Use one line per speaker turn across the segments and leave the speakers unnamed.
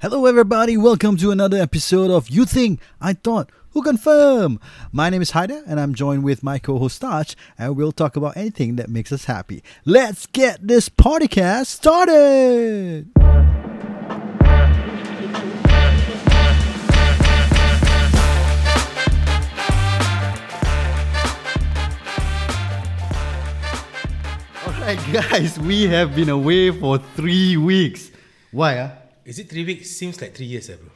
Hello, everybody. Welcome to another episode of You Think I Thought Who Confirm. My name is Haider, and I'm joined with my co-host Taj, and we'll talk about anything that makes us happy. Let's get this podcast started. All right, guys. We have been away for three weeks. Why? ah?
Is it three weeks? Seems like three years, eh, bro.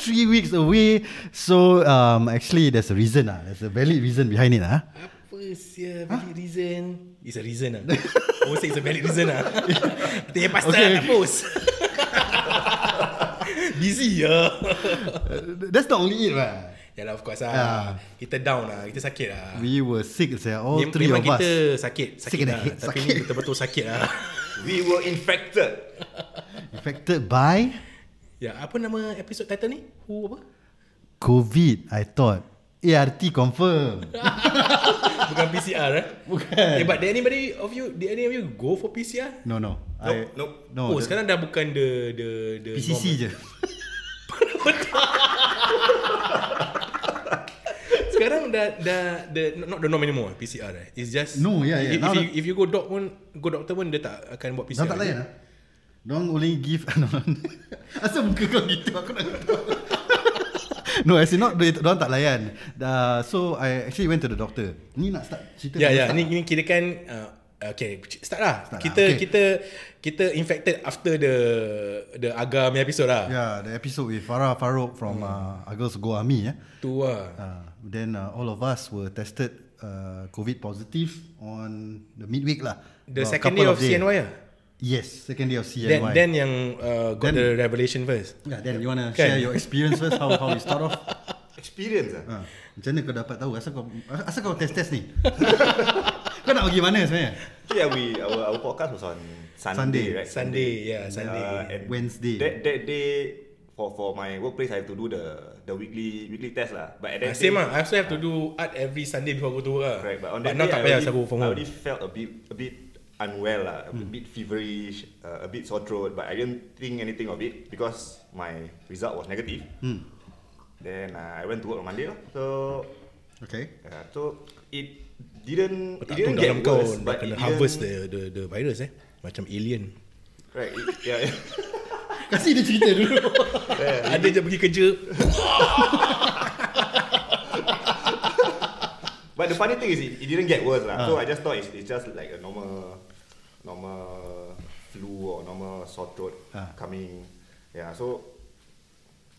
three weeks away. So um, actually, there's a reason. Ah, there's a valid reason behind it. Ah,
Apa sia valid reason? It's a reason ah. Orang say it's a valid reason ah. Kita yang pasal
Okay,
okay, nak
okay.
post. Busy ya.
that's not only it, right?
Yalah of course ah.
Ah.
Kita down ah. Kita sakit ah.
We were sick, sia. all
Mem-
three
memang
of us.
kita sakit, sakit,
Sick in the
lah.
head,
Tapi
sakit.
ni betul-betul sakit ah.
We were infected.
Infected by
ya, apa nama episode title ni? Who apa?
COVID. I thought ART confirm.
Bukan PCR eh?
Bukan.
Eh, but did anybody of you, did any of you go for PCR?
No, no. I,
Nope, nope.
No.
oh,
the
sekarang dah bukan the the the normal.
PCC je.
Sekarang dah dah the not the norm anymore PCR eh. It's just
No, yeah, yeah.
If,
Now
if, you,
dah-
if you go doc pun go doctor pun dia tak akan buat
Dah
PCR.
tak layan lah. Diorang only give no, Asal muka kau gitu Aku nak tahu No as in not they- Diorang tak layan uh, So I actually went to the doctor Ni nak start cerita
Ya
dulu,
ya,
start
ni
tak?
ni kira kan uh, okay, start lah.
Start lah,
kita
okay.
kita kita infected after the the agar punya episode lah. Yeah.
Yeah the episode with Farah Farouk From
Hmm.
uh, Agos Go Army yeah.
Tu lah.
uh, Then uh, all of us were tested uh, COVID positive On the midweek lah About
The
a
second
couple
day of
day.
CNY lah.
Yes second day of CNY
Then then yang uh, got
Then-
the revelation first.
yeah, then you wanna
Kan?
share your experience first How, how you start off
Experience ah.
Ha, macam mana kau dapat tahu asal kau asal kau test-test ni? kau nak pergi mana sebenarnya?
Actually, yeah, we our, our podcast was on Sunday,
Sunday.
right?
Sunday, yeah, Sunday.
Uh, and
Wednesday.
That that day for for my workplace, I have to do the the weekly weekly test lah. But at
Uh,
that
same
day,
lah. I also have to do art every Sunday before go to work lah.
Right, but on
but
that
now
day,
tak
I,
payah
already,
sabu from home.
I
Hmm.
already felt a bit a bit unwell lah, a bit feverish, uh, a bit sore throat, but I didn't think anything of it because my result was negative.
Hmm.
Then uh, I went to work on Monday lah. So
Okay.
Yeah, so it didn't it
Letak tu
didn't
dalam
get
kau
worse,
Dah
but
kena
it
harvest
didn't,
the, the, the virus eh Macam alien
right? It, yeah, yeah.
Kasih dia cerita dulu.
Ada je pergi kerja
But the funny thing is, it, it didn't get worse lah.
Ah.
So I just thought it's, it's just like a normal, normal flu or normal sore throat
Ah.
coming. Yeah. So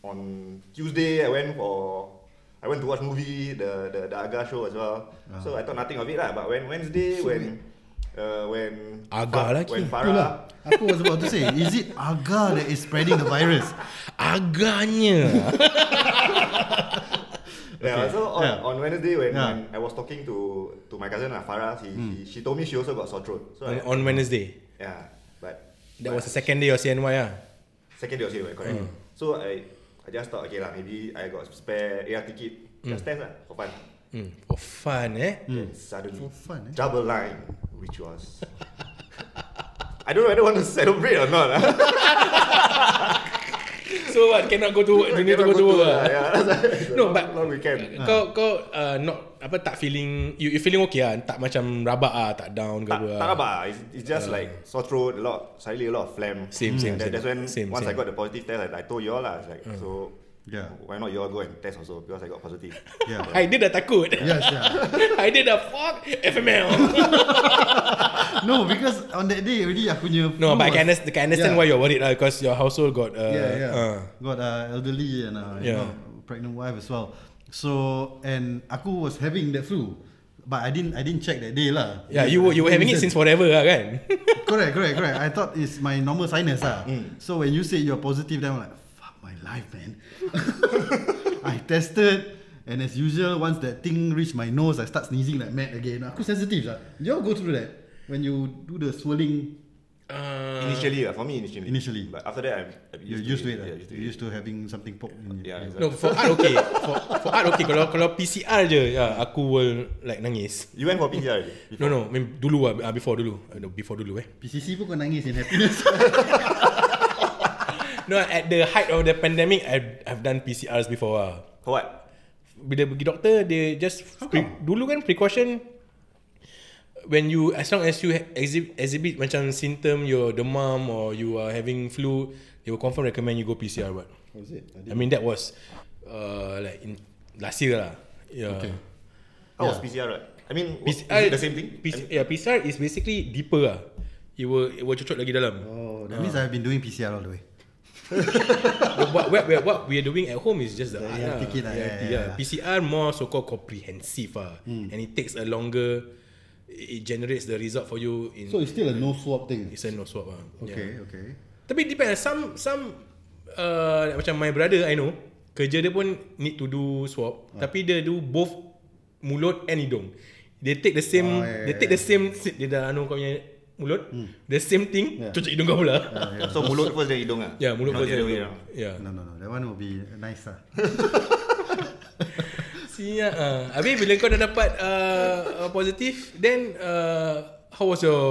on Tuesday, I went for I went to watch movie the the, the Aga show as well.
Ah.
So I thought nothing of it lah. But when Wednesday, when uh, when
Aga
Fa-
lagi.
when
Itulah.
Farah
Aku was about to say, is it agar that is spreading the virus?
Agaknya
Yeah,
Okay.
so on,
Yeah.
on Wednesday when,
Yeah. Hmm.
when I was talking to to my cousin lah, Farah, she, she she told me she also got sore throat. So
On-
I,
On Wednesday
yeah, but
That
but
was the second day of CNY lah
second day of CNY, correct.
Hmm.
So I I just thought okay lah, maybe I got spare AR ticket, just test lah for fun.
hmm, For fun eh
Then suddenly
For fun, eh?
double line, which was I don't know whether I want to celebrate or not. lah.
So what cannot go to work You need to
Cannot
go to work
lah,
lah
yeah. It's
No,
a long-
but-
long weekend. Ah.
Kau kau uh, not apa tak feeling you, you feeling okay lah Tak macam rabak ah Tak down ke
tak,
apa
tak rabak ah. It's, it's just like sore throat, a lot, slightly a lot of phlegm.
Same, same, same.
That, that's when
Same,
once I
same. Hmm.
got the positive test, I, I told you all lah. It's like, so
Yeah.
why not you all go and test also because I got positive.
Yeah.
Haider dah takut
Yes, yeah.
Haider dah fuck FML
No, because on that day already aku punya
No,
flu
but I can
was-
understand, can understand
Yeah.
why you're worried lah because your household got uh,
yeah, yeah.
Uh,
Got uh, elderly and uh, you
Yeah.
know, pregnant wife as well. So and aku was having that flu, but I didn't I didn't check that day lah.
yeah, you were you were having it
Reason.
since forever lah kan.
correct, correct, correct. I thought it's my normal sinus ah.
Mm.
So when you say you're positive, then I'm like, fuck my life, man. I tested, and as usual, once that thing reach my nose, I start sneezing like mad again. Aku sensitive lah. You all go through that when you do the swirling.
Uh,
initially lah, for me initially.
Initially.
But after that, I'm, I'm
You're used to it, lah.
Yeah, used to
You're
it.
used to having something poke in
Yeah,
your
no,
exactly.
for art okay. For, for art okay. Kalau kalau PCR je, ya, aku will like nangis.
You went for PCR already?
No no, I mean, dulu lah, ah, before dulu, Ah, no, before dulu eh.
PCC pun kau nangis in happiness.
No, at the height of the pandemic, I've, I've done PCRs before lah.
For what?
Bila pergi doktor, they just... Pre- dulu kan precaution, when you, as long as you ha- exhibit, exhibit macam symptom, you're demam or you are having flu, they will confirm recommend you go PCR but
Was it? I
I
didn't-
mean, that was uh, like in last year lah. Yeah.
Okay.
How was PCR, right? I mean, was,
PCR,
is it the same thing?
PC, yeah, PCR is basically deeper lah. It will, it will cocok lagi dalam.
Oh, that means I've been doing PCR all the way.
But what, what, what, what we are doing at home is just the
The
art
ART kit lah,
The
yeah,
ART,
yeah, yeah. Hmm.
PCR more so called comprehensive ah, and it takes a longer. It it generates the result for you in.
So it's still a no swab thing.
it's a no swab ah. Yeah.
Okay, okay.
Tapi depend some some uh, like macam my brother I know kerja dia pun need to do swab
Ah.
tapi dia do both mulut and hidung. They take the same
Ah, yeah, yeah,
they
Hmm.
take the same dia dah anu kau punya mulut the same thing
Yeah.
cucuk hidung kau pula.
Yeah. So mulut first then hidung ah.
Ya yeah, mulut Ya.
Not
first
the
then
other way
hidung.
round.
Yeah.
No, no, no. That one will be nice ah. lah.
Siap ah. Habis bila kau dah dapat uh, uh, positif Then uh, How was your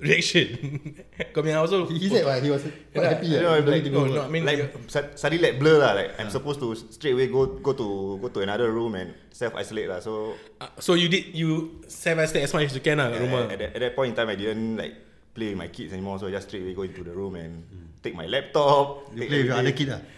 reaction? kau punya household
He, he said why he was quite
Yeah,
happy.
I
ah,
don't know,
don't
like,
need to
oh.
go
no, no,
work.
I mean
like
like,
sud- suddenly like blur lah. Like I'm supposed to straight away go go to go to another room and self isolate lah. So
uh, so you did you save as much as you can lah kat
at,
rumah.
at, that, at that point in time, I didn't like play with my kids anymore. So I just straight away go into the room and
Mm.
take my laptop.
You
take
play with your other
everything.
kid ah. lah.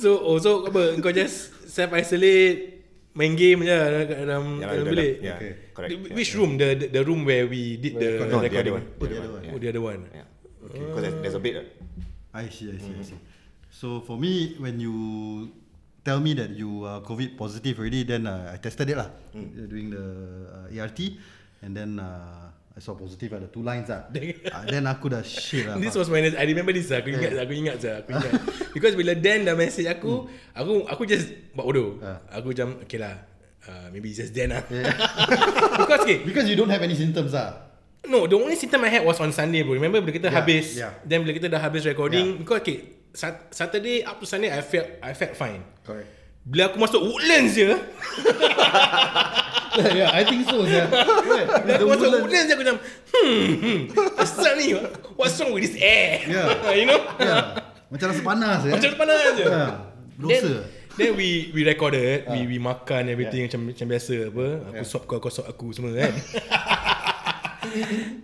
So also kau apa kau just self isolate main game je dalam dalam dalam
Yeah, dalam-
bilik.
yeah,
Okay.
correct. Ya,
The- Which room the the- the room where we did the
No, the other
recording?
one.
Oh, the other one.
Oh the other one.
Yeah. Because there's, there's a bit. uh, right?
I see, I see, I see. So for me, when you tell me that you are COVID positive already, then uh, I tested it lah uh, during the uh, ART, and then uh, I saw positive ada two lines lah. uh, then aku dah shit ah, lah.
This
Pak.
was my I remember this lah. Aku ingat aku ingat je aku ingat. Because bila Dan dah message aku,
Hmm.
aku aku just buat bodoh.
Ah.
Aku macam okay lah. Uh, maybe it's just Dan lah. Because okay,
Because you don't have any symptoms lah.
No, the only symptom I had was on Sunday, bro. Remember bila kita
Yeah,
habis,
yeah.
then bila kita dah habis recording, because okay, Sat- Saturday up to Sunday I felt I felt fine.
Correct.
Bila aku masuk Woodlands je,
yeah, I think so. Yeah.
bila
the
aku masuk
woodland.
Woodlands je aku macam, hmm, hmm, asal ni? What's wrong with this air?
Yeah.
you know?
Yeah. Macam rasa panas ya.
Macam panas je.
Yeah.
Then,
Dosa. Ah.
then we we recorded, we we makan everything macam macam biasa apa. Aku swap kau, kau swap aku semua kan.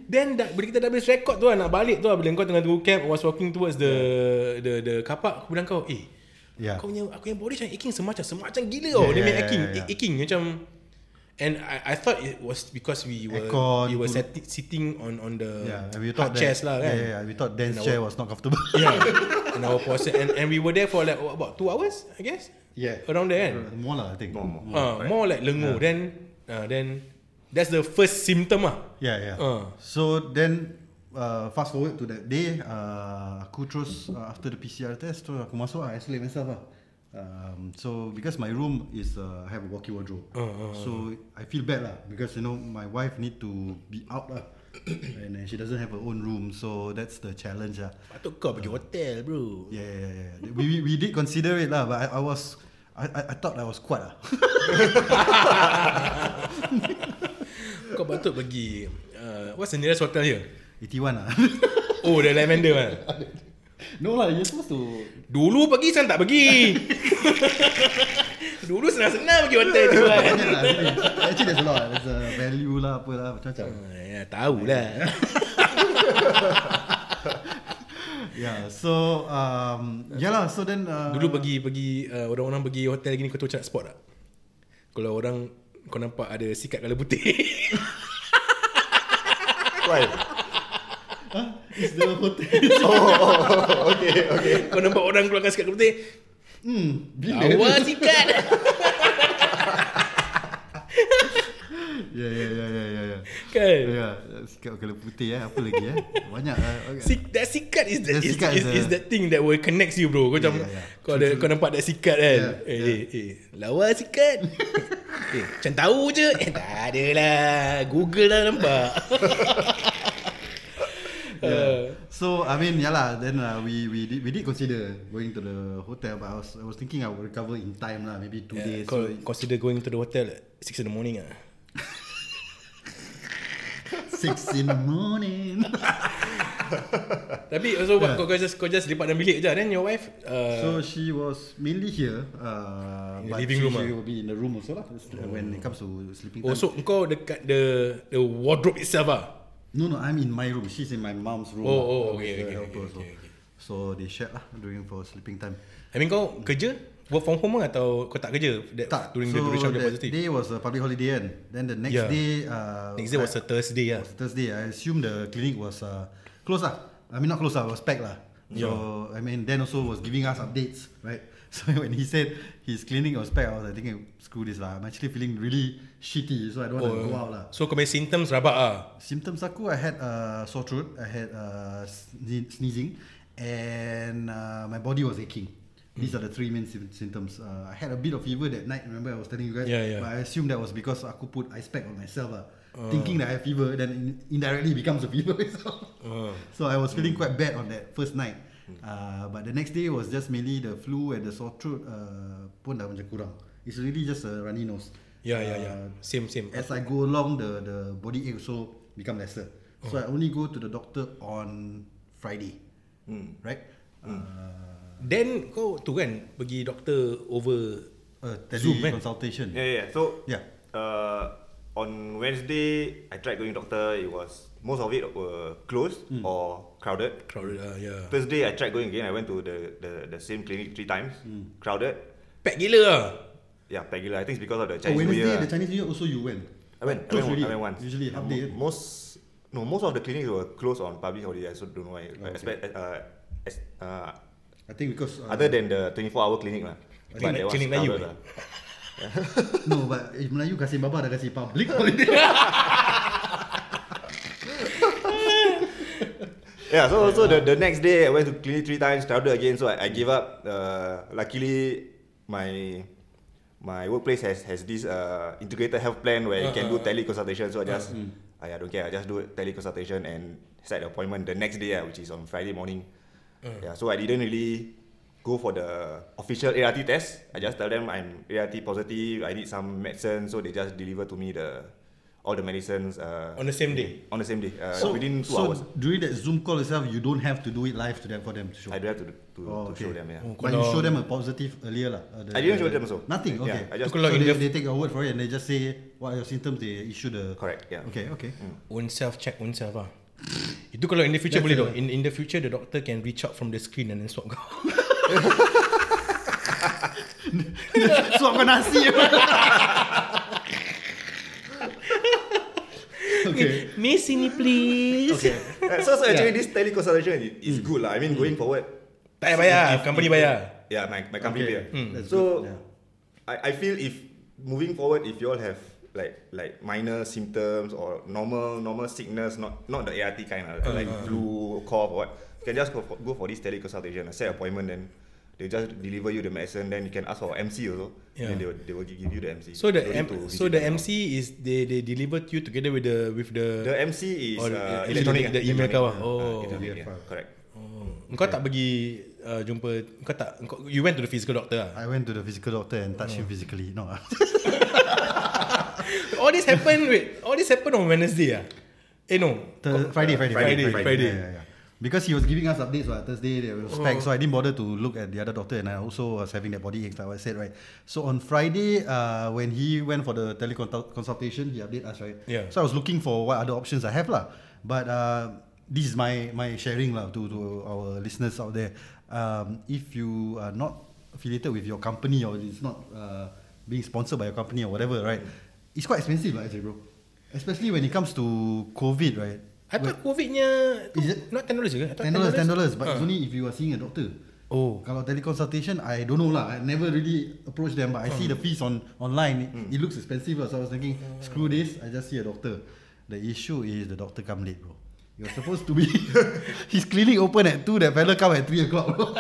Then dah, bila kita dah habis record tu lah, nak balik tu lah bila kau tengah tunggu cab I was walking towards the the the car park aku bilang kau eh
Yeah.
kau punya aku punya body macam aching semacam semacam gila
yeah,
oh yeah, dia punya
yeah,
aching
yeah, yeah.
aching macam and I I thought it was because we were
Aircon,
we were
tu-
seti- sitting on on the
Yeah, and we
hard
thought that, Ya,
chairs lah kan
Yeah, yeah, we thought Dan's
And
chair
our-
was not comfortable.
yeah. and our posture and and we were there for like what, about two hours I guess
Yeah.
around there kan
More lah, I think.
More, more.
uh, more like lenguh then uh, then that's the first symptom ah
Yeah, yeah. Ya,
Ah.
So then uh, fast forward to that day, uh, aku terus uh, after the PCR test terus aku masuk lah, isolate myself lah. Um, so because my room is uh, have a walkie wardrobe, so I feel bad lah because you know my wife need to be out lah, and then she doesn't have her own room, so that's the challenge lah.
patut kau pergi hotel bro
Yeah, yeah, yeah. yeah. We, we, we did consider it lah, but I, I was I, I, I thought I was quite lah.
Kau patut pergi uh, What's the nearest hotel here?
81 lah.
Oh the Lavender one
no lah, you're supposed to
Dulu pergi sekarang tak pergi Dulu senang-senang pergi hotel tu kan
Banyak lah really. Actually there's a lot There's a value lah Apa lah Macam-macam
Ah, Ya tahulah
Yeah so um, Yeah lah so then uh,
Dulu pergi pergi uh, Orang-orang pergi hotel gini Kau tahu macam nak spot tak? Kalau orang Kau nampak ada sikat kala putih
Why?
It's the hotel
okay, okay.
Kau nampak orang keluarkan sikat kala putih
Hmm Bila
Awal sikat
Yeah yeah yeah yeah yeah yeah.
Kan
Yeah Sikap kala putih eh Apa lagi eh Banyak lah okay.
Sik, that sikat is the,
That
is,
sikat
is,
is
is,
the- Ya,
that thing that will connects you bro. Kau macam
yeah, yeah.
kau ada kau nampak that sikat kan.
Yeah,
eh, eh eh lawa sikat. eh macam tahu je. Eh tak adalah. Google dah nampak. yeah.
So I mean yeah lah Then uh, we we did, we did consider Going to the hotel But I was I was thinking I would recover in time lah Maybe two
yeah.
days
Kau
so it's
consider going to the hotel at 6 in the morning ah.
Six in the morning
Tapi also what, kau, kau just kau just lipat dalam bilik je. Then your wife
So
uh,
she was mainly here, uh,
In the
but
living
she,
room
she
ah?
will be in the room also lah. When it comes to sleeping
Oh
time.
so kau dekat the the wardrobe itself ah.
No, no, I'm in my room. She's in my mom's room.
Oh,
lah,
oh,
with
okay,
the
okay,
helper
okay,
also.
okay, okay.
So they shared lah during for sleeping time.
I mean kau kerja work from home ke atau kau tak kerja that,
Tak,
during
so
the duration of the
that
positive.
day was a public holiday kan. Then the next
Yeah.
day, uh,
Next day was
I-
a Thursday ah.
Thursday. I assume the clinic was uh, closed lah. I mean not closed lah, was packed lah. So I mean then also was giving us updates, right? So when he said his clinic was packed, I was like thinking, screw this lah. I'm actually feeling really shitty, so I don't want
Oh,
to go out lah.
So kau punya symptoms rabak ah.
Symptoms aku, I had uh, sore throat, I had uh, sne- sneezing, and uh, my body was aching. These
Hmm.
are the three main sym- symptoms. Uh, I had a bit of fever that night. Remember, I was telling you guys.
Yeah, Oh. yeah.
But I assume that was because aku put ice pack on myself, lah, thinking that I have fever, then in- indirectly becomes a fever. itself.
Oh.
So I was feeling
Hmm.
quite bad on that first night. Uh, but the next day was just mainly the flu and the sore throat uh, pun dah macam kurang. It's really just a runny nose. Uh,
Yeah, yeah, yeah. Ya,
Um,
Same, same.
As I go along, the the body ache also become lesser. So I only go to the doctor on Friday,
Hmm.
right? Uh,
Then kau tu kan pergi doktor over
Uh, a
Zoom,
tele
eh?
consultation.
Yeah, yeah. So
Yeah.
uh, on Wednesday, I tried going doctor. It was most of it were closed
Hmm.
or crowded.
crowded ah yeah.
Thursday, I tried going again. I went to the the, the same clinic three times.
Hmm.
Crowded.
Pack gila ah.
Yeah, packed gila. I think it's because of the
Oh,
Chinese New
Wednesday
Year.
the Chinese New Year also you went.
I went. I
Closed
went,
already.
I went once.
Usually half
Mo-
day. eh?
Most no, most of the clinics were closed on public holiday. I also don't know why.
Oh,
I expect, uh, as, uh,
I think because uh,
other than the 24-hour clinic lah.
I think
But
like
that was
clinic Melayu,
crowded
eh?
lah.
no, but if Melayu kasih baba dah kasih public holiday.
Yeah, so so the, the next day I went to clinic three times, crowded again, so I, I gave up. Uh, luckily, my my workplace has has this uh, integrated health plan where you can do teleconsultation. So I just I, I don't care, I just do teleconsultation and set the appointment the next day, ah, which is on Friday morning. Yeah, so I didn't really go for the official ART test. I just tell them I'm ART positive. I need some medicine, so they just deliver to me the all the medicines uh,
On the same day.
on the same day uh,
so
within two
so
hours.
during that Zoom call itself, you don't have to do it live to them for them to show.
I do have to to,
Oh,
to
okay.
show them. Yeah.
But you show them a positive earlier lah. uh, the-
I didn't
the-
show them also.
Nothing.
Yeah,
Okay.
I
so
So
just-
kalau in
they,
the-
they take your word for it and they just say what are your symptoms. They issue the
Correct, yeah. Mm.
Okay. Okay.
Own self check own self ah. Itu kalau in the future
That's
boleh
it.
dong. In in the future the doctor can reach out from the screen and then swab kau.
so I'm gonna see. okay.
Miss sini please.
Okay.
Uh, so, so actually, this teleconsultation is, is
Mm.
good lah. I mean, going forward,
Tak payah bayar, company bayar.
yeah, my, my company
Okay.
okay.
Mm. That's
So,
good, yeah.
I, I feel if moving forward, if you all have like like minor symptoms or normal normal sickness, not not the ART kind
Uh-huh.
of like flu, cough, or what, you can just go for, go for this teleconsultation, set appointment, then they just deliver you the medicine. Then you can ask for MC also.
Yeah.
Yeah. Then they will, they will give you the MC.
So the
You don't
M,
need to
so
visit
the
them.
MC is they they deliver to you together with the with the,
The MC is
Or
uh,
Oh, the-
electronic.
the
ah,
email kau ah.
electronic,
Oh.
ah, electronic, yeah, Correct.
kau tak pergi uh, jumpa kau tak kau, you went to the physical doctor ah.
I went to the physical doctor and touched
Oh.
him physically. No. ah.
All this happened wait, all this happened on Wednesday ah. Eh no.
Th- Friday, Friday,
Friday, Friday. Oh.
Yeah, yeah, yeah. Because he was giving us updates on Thursday, there was spec, so I didn't bother to look at the other doctor, and I also was having that body ache, like I said, right. So on Friday, uh, when he went for the teleconsultation, he updated us, right.
Yeah.
So I was looking for what other options I have, lah. But uh, this is my my sharing, lah, to to our listeners out there. Um, if you are not affiliated with your company or it's not uh, being sponsored by your company or whatever, right, it's quite expensive, lah, actually, bro. Especially when it comes to COVID, right?
I thought COVID-nya tu
Is it-
not $10 je ke? I thought
Ten dollars, ten dollars, but
Ah.
it's only if you are seeing a doctor.
Oh.
Kalau teleconsultation, I don't know lah. I never really approach them, but I
Hmm.
see the fees on online. It, it looks expensive, lah, so I was thinking, screw this. I just see a doctor. The issue is the doctor come late, bro. You're supposed to be. his clinic open at two. That fella come at three o'clock, bro.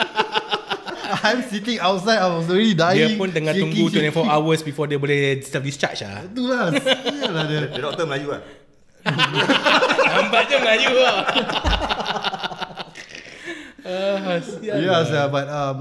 I'm sitting outside. I was already
Dia
dying.
pun tengah tunggu 24 hours before dia boleh self discharge ah.
Itulah, sialah dia.
The doctor Melayu ah.
Lambat je Melayu lah. ah. Ah, sial
Yeah,
lah.
sia, but um,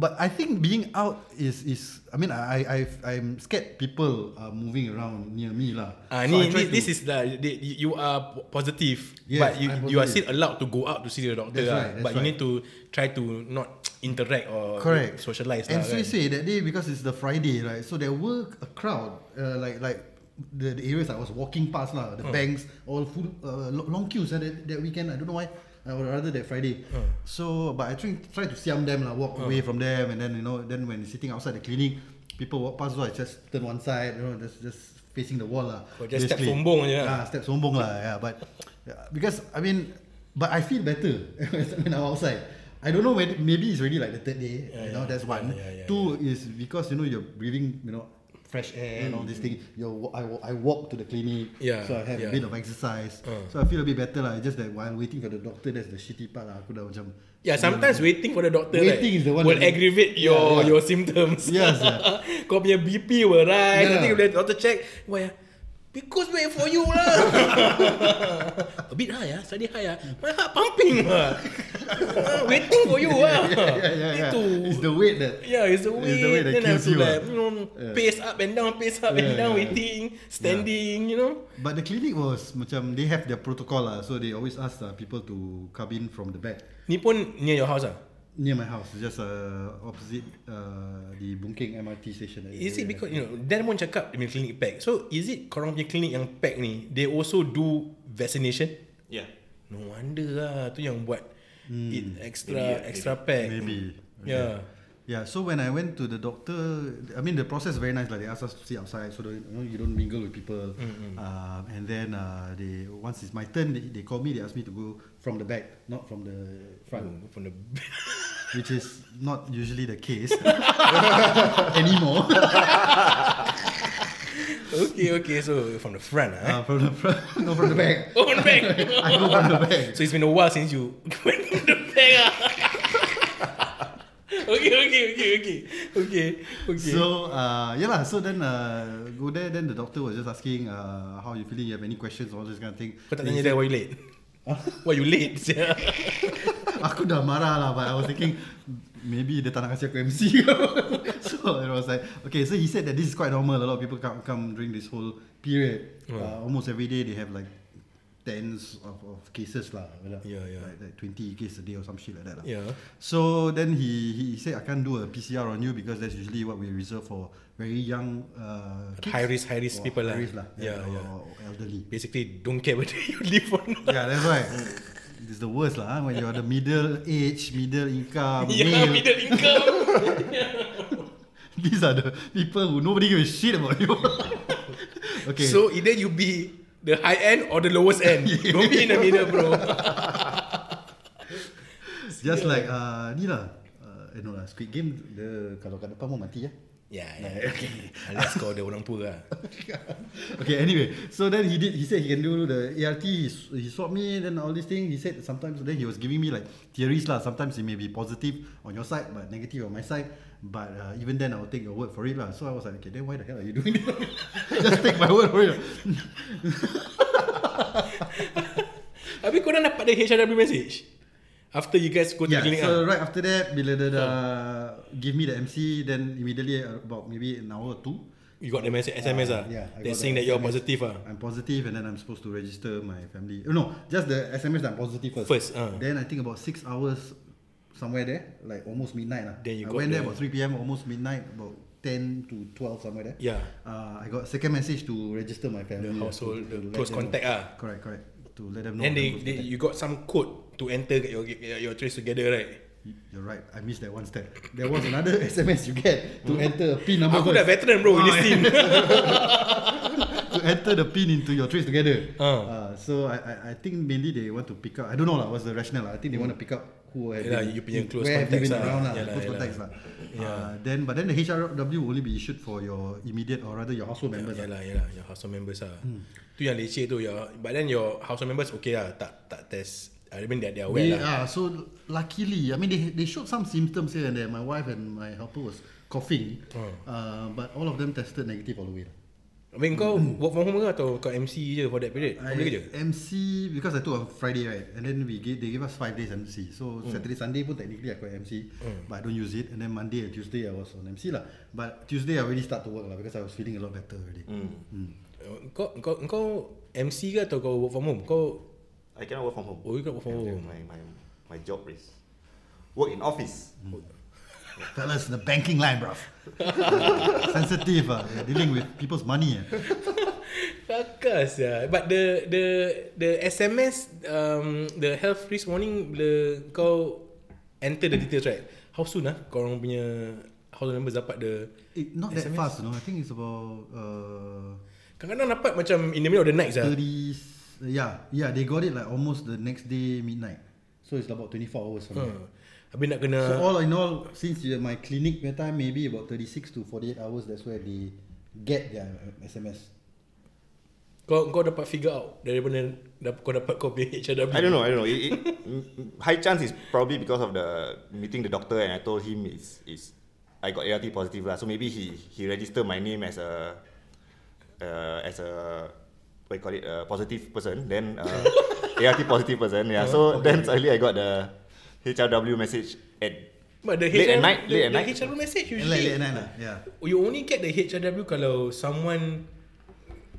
but I think being out is is I mean I I I've- I'm scared people are moving around near me lah. So I
Ah, ni,
try
ni,
to-
this is the, the you are po- positive,
Yes,
but you
I'm
you are
positive.
still allowed to go out to see the doctor.
That's
lah.
right, that's
but you
right.
need to try to not interact or
correct
socialize.
And
lah,
so
kan?
say that day because it's the Friday right, so there were a crowd uh, like like the, the areas I was walking past lah,
Hmm.
the banks all full uh, lo- long queues uh, that that weekend. I don't know why. Uh, or rather that Friday.
Hmm.
So but I try try to siam them lah, walk away from them, and then you know then when sitting outside the clinic, people walk past, so I just turn one side, you know, just just facing the wall lah.
Oh, just step
basically.
sombong je
Ah,
lah.
step sombong lah. Yeah, but yeah, because I mean, but I feel better when I'm outside. I don't know when maybe it's already like the third day. you know, that's one.
yeah, yeah,
Two is because you know you're breathing, you know, fresh air and all this thing. You're wa- I, wa- I walk to the clinic,
Mm. Yeah,
so I have a
yeah.
bit of exercise.
Uh.
So I feel a bit better lah. It's Just that while waiting for the doctor, that's the shitty part lah. Aku dah macam
Yeah, sometimes waiting for the doctor
Hmm. Waiting
like,
is the one
will
that-
aggravate
Yeah,
your
yeah.
your symptoms.
Yes,
Kau punya BP will rise.
Yeah.
Nanti bila doctor check, why? ah? Because wait for you lah. A bit high ah, slightly high ah. My heart pumping ah. Ah, waiting for you ah.
yeah, yeah, yeah, yeah.
Itu.
It's the weight that
Yeah, it's the weight.
It's the weight that
then I have
kills
to
you
like, hmm,
ah.
you know,
Yeah.
pace up and down, pace up
Yeah,
and down,
yeah, yeah.
waiting, standing, you know.
But the clinic was macam they have their protocol lah, so they always ask uh, people to come in from the back
Ni pun near your house ah.
near my house, just uh, opposite uh, the Bungking MRT station.
Is it because you know Dan pun cakap dia punya clinic pack So is it korang punya clinic yang pack ni They also do vaccination
Yeah.
No wonder lah Tu yang buat It extra extra pack
Hmm. maybe?
Yeah
Yeah, so when I went to the doctor, I mean the process very nice. Like they asked us to sit outside, so that, you know you don't mingle with people.
Mm,
Um, and then uh, they once it's my turn, they, they call me. They ask me to go from the back, not from the front.
Oh, From the
which is not usually the case anymore
Okay okay So from the front
uh,
ah.
from the front, no from the back.
Oh from the back
I go from the back.
So it's been a while since you Went from the back ah. Okay okay okay okay Okay okay
So uh, yeah lah. So then uh, go there. Then the doctor was just asking uh, how you feeling. You have any questions? All this kind of thing.
Kau tak
Then
tanya
he
dia why you late Why you late sia?
Aku dah marah lah But I was thinking Maybe dia tak nak kasih aku MC So it was like Okay so he said that This is quite normal A lot of people come, come During this whole period uh, Almost every day They have like Tens of, of cases lah like,
Yeah, yeah.
Like, like 20 case a day Or some shit like that lah
Yeah.
So then he, he said I can't do a PCR on you Because that's usually what we reserve for Very young uh, kids
High risk high risk
or
people lah
high risk lah
Yeah
or,
yeah
or elderly
basically don't care whether you live or not.
Yeah, that's why. It's the worst lah huh? when you are the middle age, middle income,
Yeah,
male.
middle income.
These are the people who nobody gives a shit about you. okay.
So either you be the high end or the lowest end. Don't be in the middle, bro.
just like uh, ni lah. Uh, eh, no lah, Squid Game dia kalau kat depan pun mati ya.
yeah, yeah. Okay. Alas kau ada orang tua lah.
okay, anyway. So then he did. He said he can do the ART. He, s- he swapped me. Then all these things. He said sometimes. Then he was giving me like theories lah. Sometimes it may be positive on your side, but negative on my side. But uh, even then, I will take your word for it lah. So I was like, okay, then why the hell are you doing this? Just take my word for it.
Habis korang dapat the HRW message? After you guys go to
Yeah,
the clinic
so
ah.
right after that, bila dia dah give me the MC, then immediately uh, about maybe an hour or two,
You got the message SMS ah.
yeah, I
They're
got
saying
the
that you're
SMS.
positive ah.
I'm positive and then I'm supposed to register my family. Oh, no, just the SMS that I'm positive first.
First, ah.
Then I think about six hours somewhere there, like almost midnight. lah.
Then you
I
got
went there
the-
about 3 p.m., almost midnight, about 10 to 12 somewhere there.
Yeah.
Uh, I got second message to register my family. lah,
household, the
let
close
them
contact
know.
ah.
Correct, correct. To let them know. I'm
Then they,
close
they,
contact.
you got some code to enter get your get your trace together right?
You're right. I missed that one step. There was another SMS you get to enter a PIN number.
Hmm? Aku
first. Ah,
dah veteran bro in this team.
to enter the pin into your trace together.
Ah.
Uh, so I, I I think mainly they want to pick up. I don't know lah. What's the rationale? lah. I think they want to pick up who have
Yelah,
been,
lah, you punya close
where have you
contacts
been
lah.
around lah,
Yelah,
close
yelah.
contacts lah. Uh, then but then the HRW will only be issued for your immediate or rather your household members.
Yeah
lah.
lah, yeah lah. Your household members lah. Hmm. Tu yang leceh tu. Your, but then your household members okay lah. Tak tak test. I mean they, they are aware
They, ah,
lah.
so luckily, I mean, they, they showed some symptoms here and there. Ah,
Oh.
My wife and my helper was coughing, uh, but all of them tested negative all the way. lah.
I mean kau work from home ke atau kau MC je for that period? Kau boleh kerja?
I MC because I took on Friday right and then we gave, they gave us five days MC so
Hmm.
Saturday Sunday pun technically I could MC but I don't use it and then Monday and Tuesday I was on MC lah but Tuesday I already start to work lah because I was feeling a lot better already
Hmm. Uh, Kau kau kau MC ke atau kau work from home? Kau
I cannot work from home.
oh you cannot work from home.
My, my, my job is work in office.
Hmm.
fellas the banking line bruv sensitive ah We're dealing with people's money ah.
Takas ya. But the the the SMS um the health risk warning bila kau enter the details right. How soon ah kau orang punya house number dapat the
It, not that
SMS?
fast you know I think it's about uh,
Kadang-kadang dapat macam in the middle of the night lah.
30 yeah yeah they got it like almost the next day midnight so it's about 24 hours from there
Ha. Habis nak kena
So all in all, since you, my clinic punya time maybe about 36 to 48 hours, that's where they get their uh, SMS.
kau kau dapat figure out daripada dap, kau dapat kau punya HRW.
I don't know. I don't know. It, it, m- high chance is probably because of the meeting the doctor and I told him it's, it's I got ART positive lah. So maybe he he registered my name as a uh, as a what you call it a positive person. Then uh, ART positive person.
Oh,
Yeah. So then suddenly I got the HRW message at
But the HR,
Late at night,
the,
late at
the
night.
HRW message
And like late
usually
night lah, yeah.
you only get the HRW kalau someone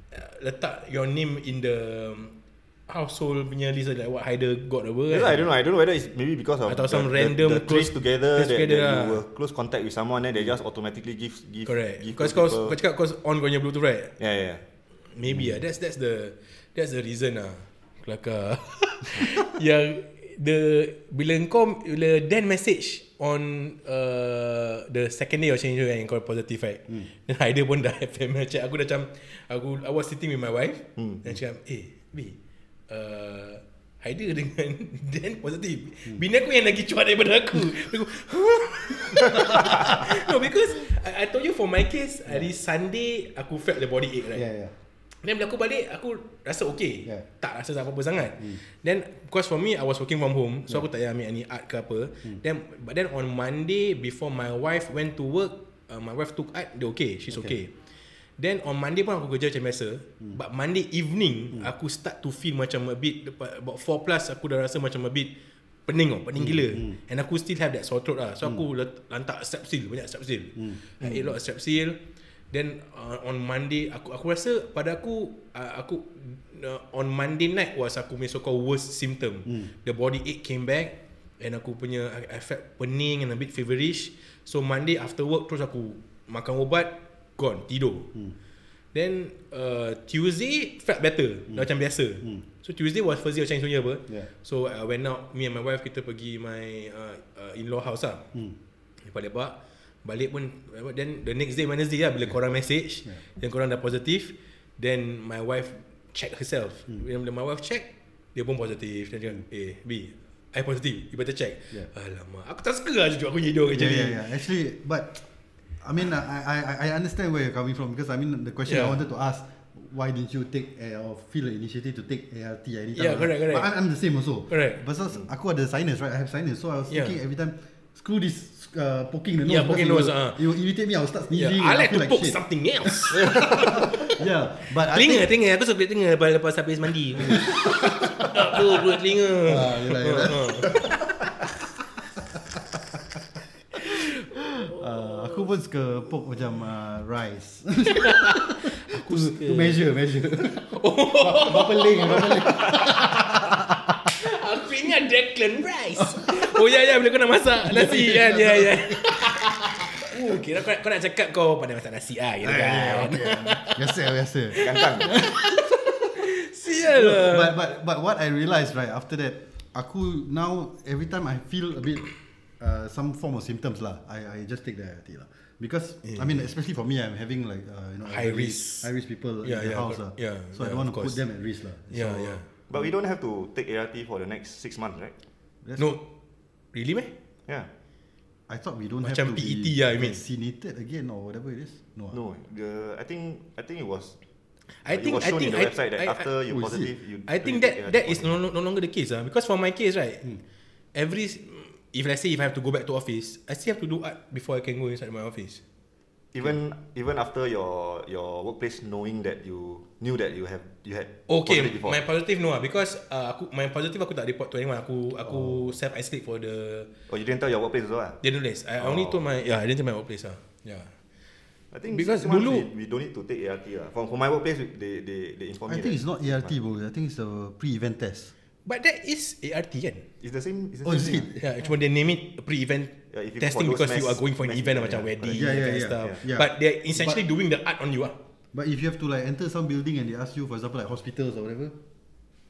uh, letak your name in the um, household punya list like what Haider got apa kan?
Yeah, I don't know. I don't know whether it's maybe because of
Atau some random
the, the
close-
trace together
trace
that,
together
that
lah. Hmm.
you were close contact with someone then they just automatically give give
Correct.
give
Because
to
kau
people.
kau cakap kau on kau punya Bluetooth right?
yeah yeah. yeah.
Maybe ah. That's that's the that's the reason ah. Kelakar. Yang the bila kau bila Dan message on uh, the second day of change kan kau positive right. Hmm. Then Haider pun dah FM check aku dah macam aku I was sitting with my wife hmm. dan cakap eh B uh, Haider dengan Dan positif Bini aku yang lagi cuat daripada aku Aku No because I, I told you for my case Hari Sunday Aku felt the body ache right
Yeah, yeah.
Then bila aku balik Aku rasa okay
Yeah.
yeah. Tak rasa apa-apa sangat mm. Then Because for me I was working from home So yeah. aku tak payah ambil any art ke apa mm. Then But then on Monday Before my wife went to work uh, My wife took art Dia okay She's okay, okay. Then on Monday pun aku kerja macam biasa hmm. But Monday evening hmm. Aku start to feel macam a bit depa- About 4 plus aku dah rasa macam a bit Pening oh, pening hmm. gila And aku still have that sore throat lah So hmm. aku let- lantak strepsil Banyak strepsil hmm. I ate a lot of strepsil Then uh, on Monday aku aku rasa pada aku uh, aku uh, on Monday night was aku punya so called worst symptom. Mm. The body ache came back and aku punya I, I felt pening and a bit feverish. So Monday after work terus aku makan ubat Gone Tidur hmm. Then uh, Tuesday Felt better hmm. Dah macam biasa hmm. So Tuesday was first day of Chinese New Year apa
Yeah.
So I went out Me and my wife Kita pergi my uh, uh, In-law house lah hmm. Lepak-lepak Balik pun Then the next day Wednesday lah Bila korang message yeah. Then korang dah positif Then my wife Check herself hmm. Bila my wife check Dia pun positif Dia cakap Eh B I positive You better check
Hmm. Yeah.
Alamak Aku tak suka lah cucu Aku hidup kat
Yeah,
sini
yeah, yeah. Actually, but I mean, I, I, I- I understand where you're coming from because I mean, the question I
Yeah.
wanted to ask, why didn't you take uh, or feel the initiative to take ART anytime?
Yeah, correct, correct.
But I'm, I'm the same also.
Correct.
But so, aku ada sinus, right? I have sinus, so I was
Yeah.
thinking every time, screw this uh, poking the nose.
Yeah,
because
poking
it will-
nose, ah.
It will irritate me. I will start
Yeah,
sneezing.
I
and
like
feel
to poke
shit.
something else
Yeah, but I think
Telinga, telinga. Aku suka telinga lepas, lepas habis mandi. tak tu, buat telinga.
Ah, yelah, yelah.
Ah, ah.
Uh, aku pun suka poke macam uh, rice. aku suka. To measure, measure.
Oh.
Ber- Berapa link, berapa link.
Aku ingat Declan Rice. oh, ya, ya. Bila kau nak masak nasi kan. Ya, ya. Oh, kira kau, kau nak cakap kau pandai masak nasi ah, kira
ya,
kan.
Biasa, biasa.
Gantang.
Sial lah.
But, but, but what I realised right after that, aku now every time I feel a bit uh, some form of symptoms lah. I, I just take the IRT lah. Because I mean, especially for me, I'm having like uh, you know
High
elderly-
risk.
high risk people
Yeah,
in the
yeah,
house
but-
lah.
yeah,
so I
yeah,
don't want
of
to put
course.
them at risk lah.
Yeah,
so,
yeah.
But we don't have to take ART for the next six months, right?
that's-
No. Really meh?
Yeah.
I thought we don't
Macam
have to
PET
be
lah, you mean?
vaccinated again or whatever it is. No. ah?
No, the I think I think it was.
I
it
think-
was
I
shown
think
in the
I-
website that
I-
after you
Oh, is it?
positive, you.
I
don't
think
take
that
ART
that is
positive.
no, no, no longer the case ah because for my case right
Hmm.
every if let's say if I have to go back to office I still have to do art before I can go inside my office
even even after your your workplace knowing that you knew that you have you had
Okay,
positive before.
my positive no lah because uh, aku my positive aku tak report to anyone. Aku aku oh. self isolate for the
oh you didn't tell your workplace as well. lah.
the nulis. I oh. only told my yeah, I didn't tell my workplace lah. Yeah.
I think
Because
six months
dulu-
we, we don't need to take ART lah. From, from my workplace they they they inform
I
me.
think
that-
it's not ERT, bro. I think it's the pre-event test.
But that is ART kan?
it's the same. It's the
Oh, is
same
it?
thing ah.
Yeah, cuma they name it pre-event
Yeah, if you go
testing
for
because
those
you
mass-
are going for an
mass
event lah,
event,
macam
yeah.
wedding
Yeah, yeah,
that
yeah,
stuff.
yeah.
But they're essentially doing the art on you ah.
But if you have to like enter some building and they ask you, for example, like hospitals or whatever,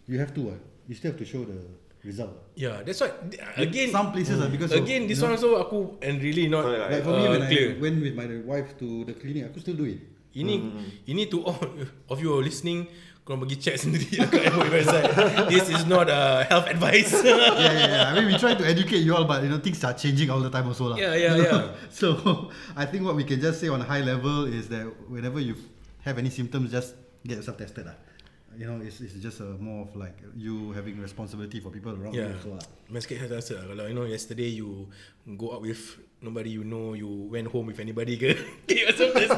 you have to. Uh, you still have to show the result.
Yeah, that's what again
Some places are because of,
again
you
this
know,
one also aku and really not
Correct,
Like for me,
uh,
when
clear.
I went with my wife to the clinic, aku still do it.
Ini
Mm-hmm.
ini to all of you who are listening kau pergi check sendiri lah kat MOE website. This is not a health advice.
yeah, yeah, yeah. I mean, we try to educate you all, but you know, things are changing all the time also, lah.
Yeah, yeah,
You know?
yeah.
So, I think what we can just say on a high level is that whenever you have any symptoms, just get yourself tested, lah. You know, it's, it's just a more of like you having responsibility for people around
yeah.
you, also, ah. lah.
Masjid Ya. saya rasa lah, kalau you know yesterday you go out with nobody you know you went home with anybody ke. Okay, so that's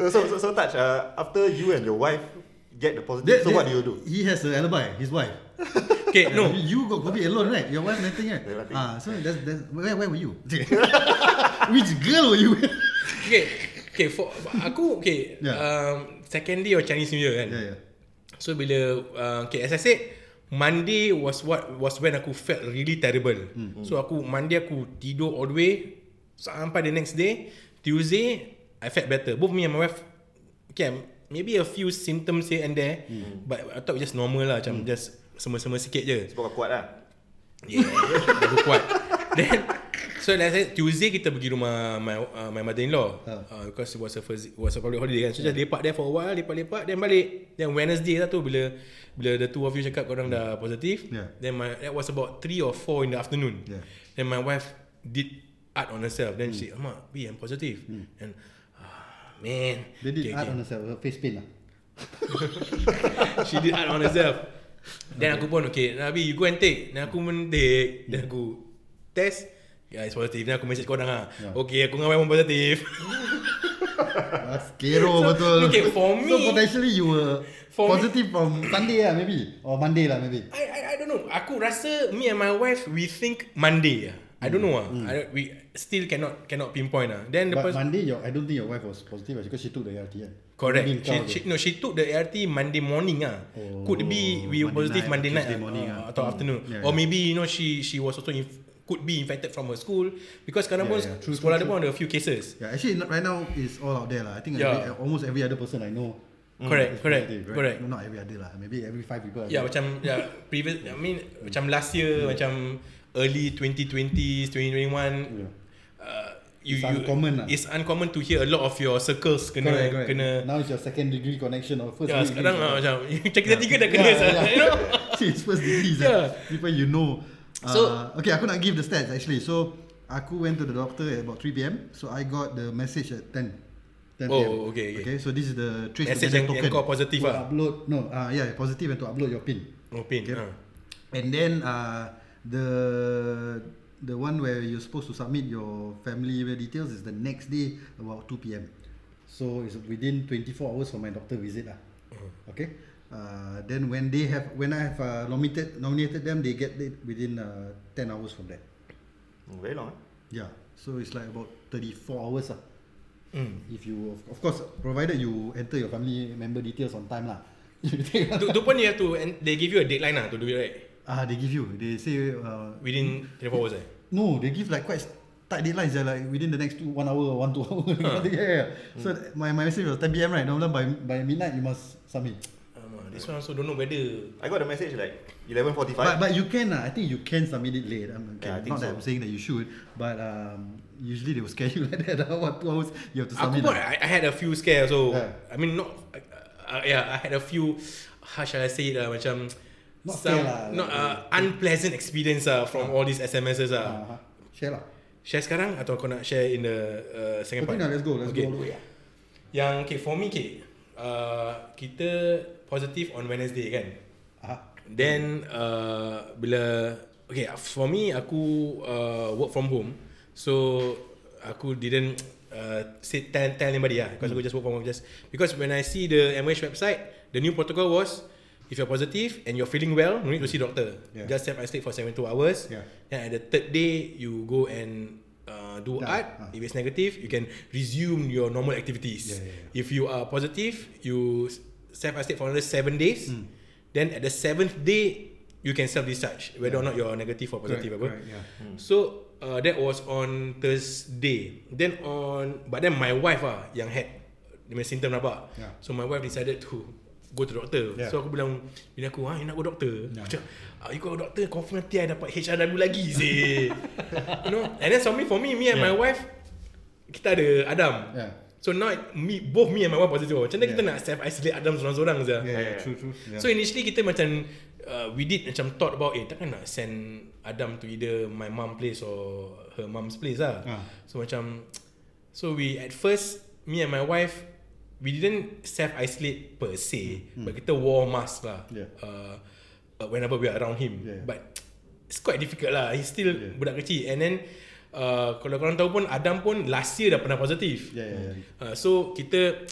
Uh, so so so touch. Uh, after you and your wife get the positive,
That-
so
that-
what do you do?
He has an alibi, his wife.
Okay, no.
You got COVID alone, right? Your wife nothing, right?
Yeah, nothing.
Ah, so that's, that's where, where were you? Which girl were you with?
Okay. Okay, for aku okay.
Yeah.
Um, second day of Chinese New Year kan.
yeah, yeah.
So bila uh, okay as I said Monday was what was when aku felt really terrible. Mm. So aku Monday aku tidur all the way sampai the next day. Tuesday I felt better. Both me and my wife okay maybe a few symptoms here and there mm. but I thought just normal lah macam mm. just semua-semua sikit je.
Sebab kau kuat lah.
Yeah, aku kuat. Then so let's say Tuesday kita pergi rumah my uh, my mother-in-law
Ha.
uh, because it was a first, it was a public holiday kan. So just lepak there for a while, lepak-lepak then balik. Then Wednesday lah tu bila bila the two of you cakap korang dah positif.
Yeah.
Then my that was about 3 or 4 in the afternoon.
Yeah. Hmm.
Then my wife did art on herself. Then she, "Mak, we am positive." And ah, Man
They did
Okay,
art
okay.
on herself, her face paint, lah.
She did art on herself Then aku pun okay Nabi you go and take Then aku pun take Then aku Test Ya yeah, it's positive Then aku message korang lah
Ya.
Okay aku dengan Wan pun positif
Askero
So,
Ah, betul
okay, for
So
me-
potentially you were
For me-
Positive from Sunday lah maybe Or Monday lah maybe
I, I I don't know Aku rasa Me and my wife We think Monday lah I don't know lah I, don't- We still cannot Cannot pinpoint lah Then the
Hmm. But
person
Monday your, I don't think your wife was positive lah Because she took the ART kan
Correct
Mungkin
she,
kau
she,
tu.
No she took the ART Monday morning lah oh, Could be We were
Monday
positive
night,
Monday night
Tuesday
ah,
morning
ah,
ah.
Atau
Hmm.
afternoon
Yeah,
Or
yeah.
maybe you know She she was also inf- Could be infected from her school Because sekarang
Yeah,
pun
yeah. True,
Sekolah
true,
dia pun ada a few cases
Yeah, actually not- right now it's all out there lah. I think
Yeah.
every, almost every other person I know. is
Correct, correct,
positive,
correct.
No, not every other lah. Maybe every five people. I
Yeah
know.
Ya, macam yeah, previous I mean macam last year
Hmm.
macam early 2020s
Yeah.
2021 uh,
Ya.
you,
It's
you
uncommon lah.
it's uncommon to hear a lot of your circles kena
correct, correct.
kena
Now it's your second degree connection or first
Ya yeah,
degree.
sekarang lah
connection.
macam Macam
Ya.
kita tiga dah kena
Yeah,
yeah,
yeah.
you know
See, it's first disease.
Yeah.
Yeah. People you know. Uh, so
So-
okay, aku nak give the stats actually. So aku went to the doctor at about 3 pm. So I got the message at 10. 10 PM.
Oh, okay, okay.
Okay, so this is the trace
Message
together
yang- yang
token.
kau positive
to
ah?
Upload no, uh, yeah, positive and to upload your pin.
No pain
Okay.
okay. uh.
And then uh, the the one where you're supposed to submit your family details is the next day about 2 p.m. So it's within 24 hours from my doctor visit lah. Okay. Uh, then when they have when I have uh, nominated nominated them, they get it within uh, 10 hours from that.
Mm, Very long. Eh?
Yeah. So it's like about 34 hours lah.
mm.
If you of, of course provided you enter your family member details on time lah. If you take-
tu, tu pun you have to and They give you a deadline lah To do it right
Ah, they give you. They say uh,
Within 24 hours eh
No, they give like quite tight deadlines. They're like within the next two, one hour or one two hour. yeah, yeah. So th- my my message was 10 p.m. right? Now by by midnight you must submit.
Alamak, This one also don't know whether
I got the message like 11:45.
But but you can. Uh, I think you can submit it late. I'm okay,
Yeah, I think
not that
so.
I'm saying that you should, but um, usually they will scare you like that. what two hours you have to
Aku
submit?
pun eh?
lah.
I, I had a few scare also
Yeah.
I mean not uh, Yeah I had a few How shall I say it uh, Macam
Not scare lah.
Not uh, Unpleasant experience uh, From all these SMSs uh.
Ah, share lah.
Share sekarang Atau kau nak share In the uh, Second part
Okay, now let's go. Let's
okay.
go all the way. ah.
Yang okay for me okay, uh, Kita Positive on Wednesday kan
Ah,
Then uh, Bila Okay for me Aku uh, Work from home So aku didn't uh, say tell, tell anybody lah because mm. aku just work from home just because when I see the MOH website, the new protocol was if you're positive and you're feeling well, no need to see doctor.
Yeah.
Just self isolate for 72 hours.
Yeah.
And at the third day, you go and uh, do
Yeah.
art.
Ah.
If it's negative, you can resume your normal activities.
Yeah, yeah, yeah.
If you are positive, you self isolate for another seven days.
Hmm.
Then at the seventh day, you can self discharge whether or not you're negative or positive. apa.
correct, yeah.
So uh, that was on Thursday. Then on but then my wife ah yang had dia punya symptom nampak.
Yeah.
So my wife decided to go to doctor.
Yeah.
So aku bilang bini aku, "Ha, you nak go doctor?"
Yeah.
Aku cakap, "Ah, you go doctor, confirm nanti I dapat HRW lagi sih." you know, and then so me for me, me and yeah. my wife kita ada Adam.
Yeah.
So now me both me and my wife positive. Macam mana yeah. kita
Yeah.
nak self isolate Adam seorang-seorang saja.
Yeah, yeah, true, true. Yeah.
So initially kita macam uh, we did macam thought about eh takkan nak send Adam to either my mum place or her mum's place lah.
Ah.
So macam so we at first me and my wife we didn't self isolate per se mm. but kita wore mask lah.
Hmm. Yeah.
Uh, uh, whenever we are around him.
Yeah.
But it's quite difficult lah. He's still
Yeah.
yeah. budak kecil and then uh, kalau korang tahu pun Adam pun last year dah pernah positif.
yeah, yeah, yeah.
Uh, so kita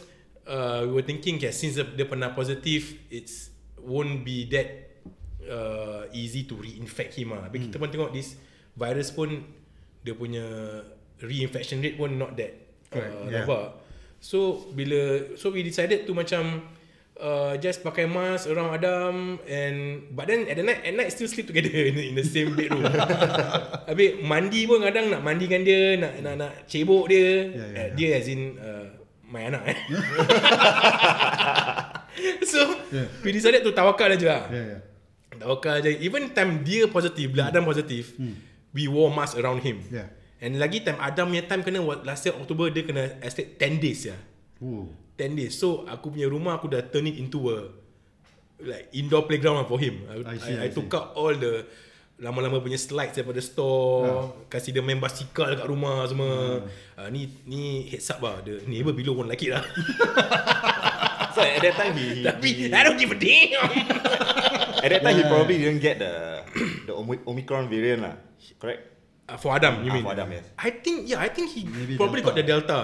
uh, we were thinking okay, since dia pernah positive it's won't be that uh, easy to reinfect him ah. Tapi hmm. kita pun tengok this virus pun dia punya reinfection rate pun not that
Correct,
uh,
yeah.
rabak. So bila so we decided to macam uh, just pakai mask around Adam and but then at the night at night still sleep together in, the- in the same bedroom. Habis mandi pun kadang nak mandikan dia, nak nak nak cebok dia.
Yeah,
Yeah,
yeah,
yeah, dia as in uh, my anak eh. so
Yeah.
yeah. we decided to tawakal aja lah.
Yeah, yeah.
Tawakal aja. Even time dia positif, bila Adam positif, we wore mask around him.
Yeah.
And lagi time Adam punya time kena wa- last year October dia kena estate 10 days ya.
Ooh.
10 days. So aku punya rumah aku dah turn it into a like indoor playground lah for him. I, I,
I see,
see,
I
I, I
see.
took out all the lama-lama punya slides daripada store, kasi dia main basikal kat rumah semua. Hmm. Uh, ni ni heads up lah. The neighbor below won't like it lah.
So at that time he, he
Tapi I don't give a damn.
at that time he
Yeah.
probably didn't get the the Omi- Omicron variant lah. Correct?
Uh, for Adam, you
Ah,
mean?
for Adam, yes.
I think yeah, I think he
Maybe
probably
Delta.
got the Delta.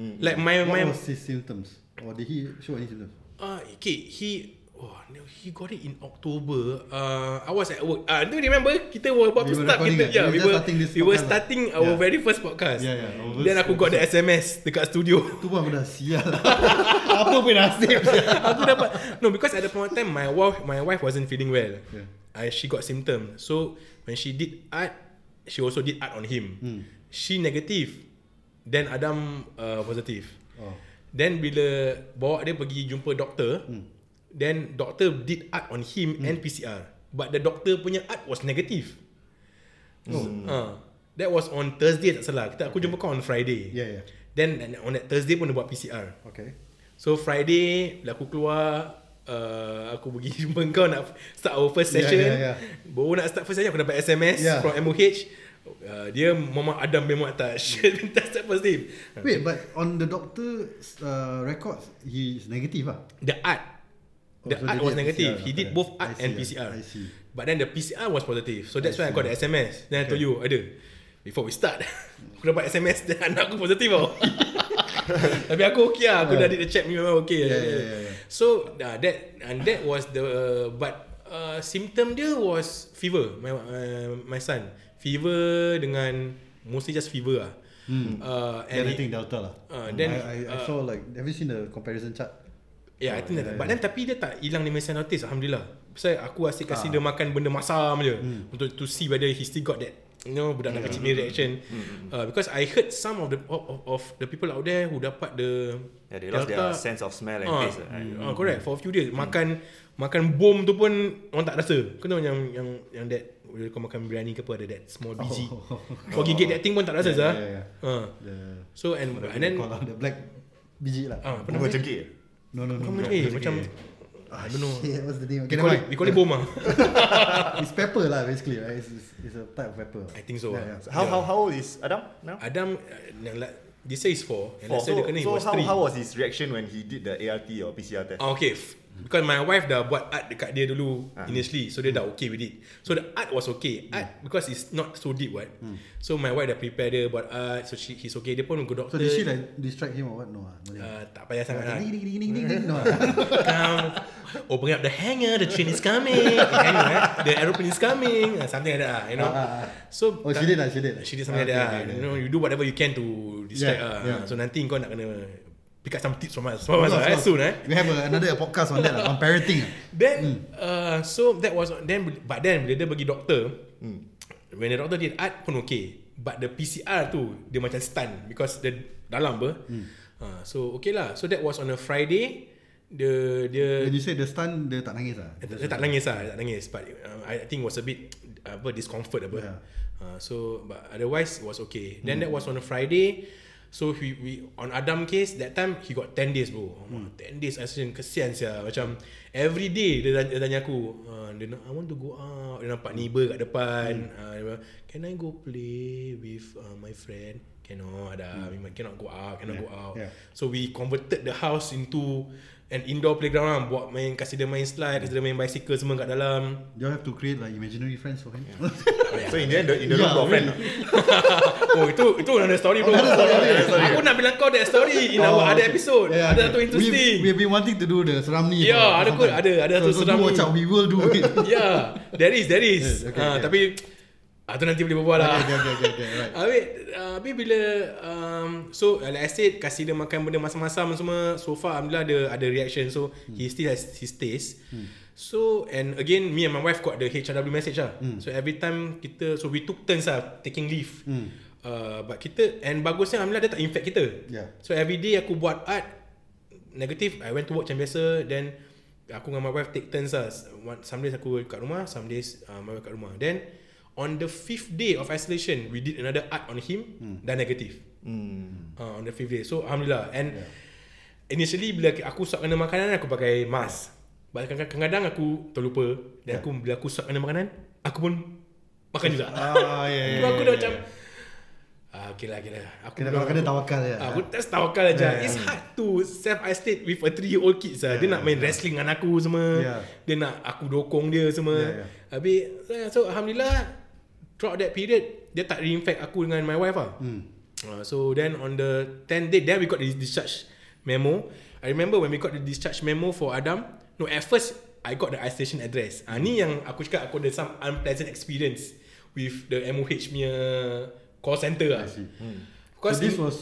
Mm. Like my
What
my
was his symptoms? Or did he show any symptoms?
Uh, okay, he oh, no, he got it in October. Uh, I was at work. Ah, uh, do you remember kita were about
We
to
were
start
recording
kita,
it.
yeah,
We were
we
just
were
starting this
we were
podcast lah.
starting our
Yeah.
very first podcast.
Yeah, yeah, our
Then
first
aku got the SMS dekat studio.
Tu pun aku dah sial Apa pun nasib
aku dapat no because at the point of time my wife my wife wasn't feeling well.
Yeah.
I she got symptom. So when she did art, she also did art on him.
Hmm.
She negative, then Adam uh, positive.
Oh.
Then bila bawa dia pergi jumpa doktor, hmm. then doctor did art on him hmm. and PCR. But the doctor punya art was negative.
Hmm.
Oh. Uh, that was on Thursday tak salah. Kita aku jumpa kau on Friday.
Yeah, yeah.
Then and on that Thursday pun dia buat PCR.
Okay
So Friday bila aku keluar Uh, aku pergi jumpa kau nak start our first
Yeah,
session
yeah, yeah.
Baru nak start first session Aku dapat SMS
Yeah.
yeah. from MOH uh, Dia Mama Adam bin Muattash Minta start first name
Wait but on the doctor uh, records He is negative lah
the art
Oh,
the
so
art
they
was
did
negative
PCR
he did
after
both
that.
art
I
and
see,
PCR
I see.
but then the PCR was positive so
I
that's why I got the SMS then I told you ada before we start aku dapat SMS dan anak aku positif tau tapi aku okay lah aku dah did the check ni memang okay
Yeah, yeah, yeah, yeah.
so uh, that and that was the but uh, symptom dia was fever my uh, my son fever dengan mostly just fever lah hmm. uh, and
Then I
he-
think Delta lah
Ah, then,
I, I, I
uh,
saw like Have you seen the comparison chart?
Ya, yeah, I think yeah, But then tapi dia tak hilang dia punya notice Alhamdulillah Pasal aku asyik kasi dia makan benda masam je Untuk to see whether he still got that You know, budak anak kecil ni reaction uh, Because I heard some of the of, of- of the people out there Who dapat the
Yeah, they lost their sense of smell and
Ah,
taste. lah, right?
ah, correct. For a few days makan makan bom tu pun orang tak rasa. Kau tahu yang yang yang that bila kau makan biryani ke apa ada that small biji.
Oh.
Kau gigit that thing pun tak rasa
Yeah,
sah.
yeah, yeah.
Ah.
The
So and and then
Call lah The black biji lah
ah,
Bunga
pernah
cengkih.
No no no
Kau
no.
macam eh, macam
Ah,
I don't know.
Shit what's the name
We
Hmm. Okay never
call it, we
mind
call it bom ah.
It's pepper lah basically right? it's, it's, it's a type of pepper
I think so.
Yeah,
Yeah,
yeah.
So how how how old is Adam now?
Adam uh, yang la- this year is 4 and
Oh,
last year
so
dia kena it
so
was
how
3.
how was his reaction when he did the ART or PCR test?
Ah, okay. F- Because my wife dah buat art dekat dia dulu
Ah.
initially so dia dah okay with it. So the art was okay. Art because it's not so deep what. So my wife dah prepare dia buat art so she, he's okay. Dia pun
So
go doctor.
did she like distract him or what? No. ah, boleh.
uh, tak payah sangat lah.
Gini gini gini gini gini. No. ah.
Come, open up the hangar, the train is coming. the, hangar, eh? the aeroplane is coming. Uh, something like that, ah, you know.
Ah, ah, ah.
So
Oh, she did lah, she did lah.
She did something
Okay, okay,
like that. ah.
okay.
You know, you do whatever you can to distract.
Yeah, yeah.
Yeah, So nanti kau nak kena pick up some tips from us, from us
Of
ah, eh,
course.
soon eh.
We have a, another podcast on that lah, on parenting. ah.
Then uh, so that was then but then bila dia pergi doktor
Hmm.
when the doctor did art pun okay but the PCR tu dia macam stun because the dalam apa
Hmm.
uh, so okay lah so that was on a Friday the the
When you say the stun, dia tak nangis lah.
dia, dia tak nangis lah dia tak nangis but um, I I think was a bit apa discomfort apa
Yeah.
yeah. Hmm. uh, so but otherwise it was okay then that was on a Friday so we we on Adam case that time he got 10 days bro hmm. 10 days asyik kesian sia macam every day dia, tanya- dia tanya aku uh, dia, nak- I want to go out dia nampak neighbor kat depan hmm. uh, dia bilang, can I go play with uh, my friend cannot ada hmm. memang cannot go out cannot yeah. go out
Yeah.
yeah. So we converted the house into an indoor playground lah. Buat main, kasi dia main slide, kasi dia main bicycle semua kat dalam.
You all have to create like imaginary friends for him.
So in the end, the, in the
Yeah,
room got friend.
oh, itu itu another story bro. Aku nak bilang kau that story in our other episode.
Yeah,
ada
Oh, okay.
satu interesting.
We, we've been wanting to do the seramni.
Yeah,
for- for some
ada kot,
time.
ada- ada
so,
tu
so
seramni.
do watch out, we will do it.
yeah, there is, there is.
Yes,
Yes,
okay,
okay, uh,
okay.
Tapi, ah, tu nanti boleh berbual lah.
Okay, okay, okay, okay, right.
Habis, uh, habis bila, um, so uh, like I said, kasih dia makan benda masam-masam semua, so far Alhamdulillah ada, ada reaction. So, hmm. he still has his taste. Hmm. So, and again, me and my wife got the HRW message lah. Hmm. So, every time kita, so we took turns lah, taking leave. Hmm. Uh, but kita, and bagusnya Alhamdulillah dia tak infect kita.
Yeah.
So every day aku buat art Negative I went to work macam biasa Then Aku dengan my wife take turns lah One- Some days aku kat rumah Some days uh, my wife kat rumah Then On the fifth day of isolation We did another art on him hmm. Dan negative
Hmm.
uh, On the fifth day So Alhamdulillah And yeah. Initially bila aku suap kena makanan Aku pakai mask But kadang- kadang-kadang aku terlupa Dan aku bila aku suap kena makanan Aku pun Makan juga
Ah, yeah, yeah,
Tu aku
yeah,
dah macam ah, Okay lah, okay lah Aku
Kena
belum-
kalau kena tawakal ya.
Ah, Aku just tawakal aja.
Yeah.
Yeah. It's hard to self-isolate with a three-year-old kids
Ya,
lah. Yeah. Dia nak main wrestling dengan aku semua.
Yeah.
Yeah. Dia nak aku dokong dia semua.
Yeah, yeah.
Yeah, yeah. Habis, eh, so Alhamdulillah, throughout that period, dia tak reinfect aku dengan my wife lah. Hmm. Uh, so then on the 10th day, then we got the discharge memo. I remember when we got the discharge memo for Adam, no, at first, I got the isolation address. Ah, ni yang aku cakap aku ada some unpleasant experience with the MOH punya call center lah.
I see. So
Because
this
in-
was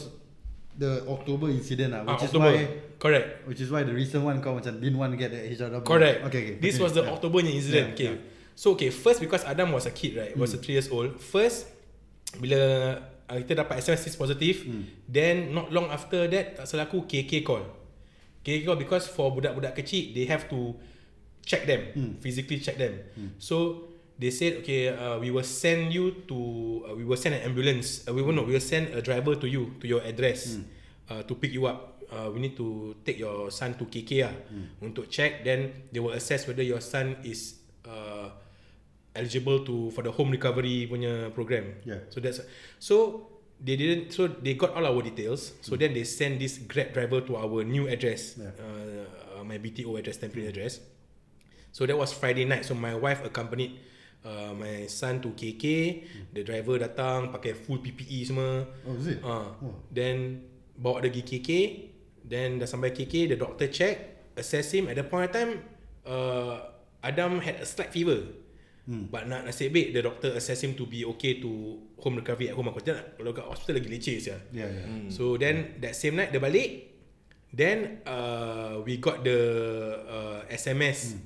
the October incident lah,
ah,
which is
October.
why
Correct.
which is why the recent one kau macam didn't want to get the HRW.
Correct.
Okay, okay.
This
continue.
was the
Yeah.
October punya incident.
Yeah,
okay. So okay, first because Adam was a kid right, was a three years old. First, bila uh, kita dapat SMS is positive, then not long after that tak salah aku KK call. KK call because for budak-budak kecil they have to check them, physically check them. So they said okay, uh, we will send you to uh, we will send an ambulance. Uh, we will no, we will send a driver to you to your address uh, to pick you up uh, we need to take your son to KK lah hmm. untuk check then they will assess whether your son is uh, eligible to for the home recovery punya program
Yeah.
so that's so they didn't so they got all our details so then they send this grab driver to our new
Mm.
address
Yeah.
uh, uh, my BTO address temporary address so that was Friday night so my wife accompanied uh, my son to KK the driver datang pakai full PPE semua
Mm. Oh, is it?
Ah.
Oh.
Then bawa dia pergi KK, then dah sampai KK, the doctor check, assess him. At the point of time, uh, Adam had a slight fever. Hmm. But nak nasib baik the doctor assess him to be okay to home recovery at home. Aku tengok kalau kat hospital lagi leceh sia.
Yeah, yeah.
So then that same night dia balik then uh, we got the uh, SMS hmm.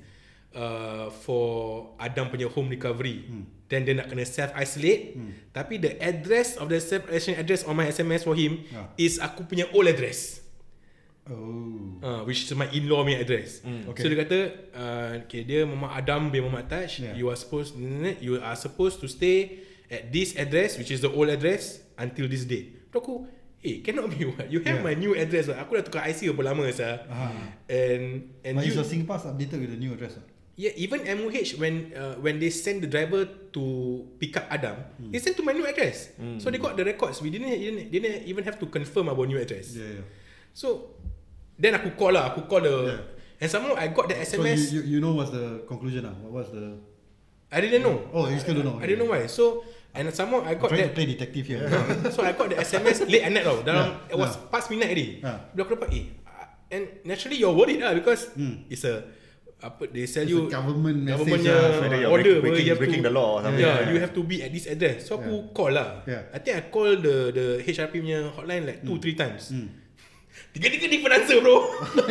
uh, for Adam punya home recovery. Hmm. Then dia nak kena self isolate hmm. tapi the address of the self isolation address on my SMS for him
Ah.
is aku punya old address.
Oh.
Uh, which is my in-law punya address. Mm,
Hmm, okay.
okay. So dia kata uh, okay, dia Mama Adam bin Mama Taj
Yeah.
yeah. you are supposed you are supposed to stay at this address which is the old address until this date. Tu aku eh cannot be what you
Yeah.
have yeah. my new address what. Aku dah tukar IC berapa lama sah.
Ah.
And and
But is your
you
SingPass updated with the new address? ah?
yeah even MOH when uh, when they send the driver to pick up Adam
Hmm.
they send to my new address. So they got the records. We didn't, didn't didn't even have to confirm our new address.
Yeah, yeah.
So Then aku call lah Aku call the
Yeah.
yeah. And somehow I got the
So you,
SMS.
you, you know what's the conclusion? Ah, What was the...
I didn't know.
Oh, you still don't know.
I didn't know why. So and somehow I
I'm
got
trying to
that.
play detective here.
so I got the SMS late at night tau. Dalam
Yeah,
it was
yeah.
past midnight already.
Yeah.
Bila aku dapat eh. ah, And naturally you're worried lah because it's a apa they sell
Hmm. It's
you
a government message
government
lah.
punya
Whether you're
order
breaking-
where you have
breaking
to-
the law or something.
Yeah,
Yeah.
you have to be at this address. So aku call lah.
Yeah. Hmm.
I think I call the the HRP punya hotline like two three times. Tiga-tiga different answer bro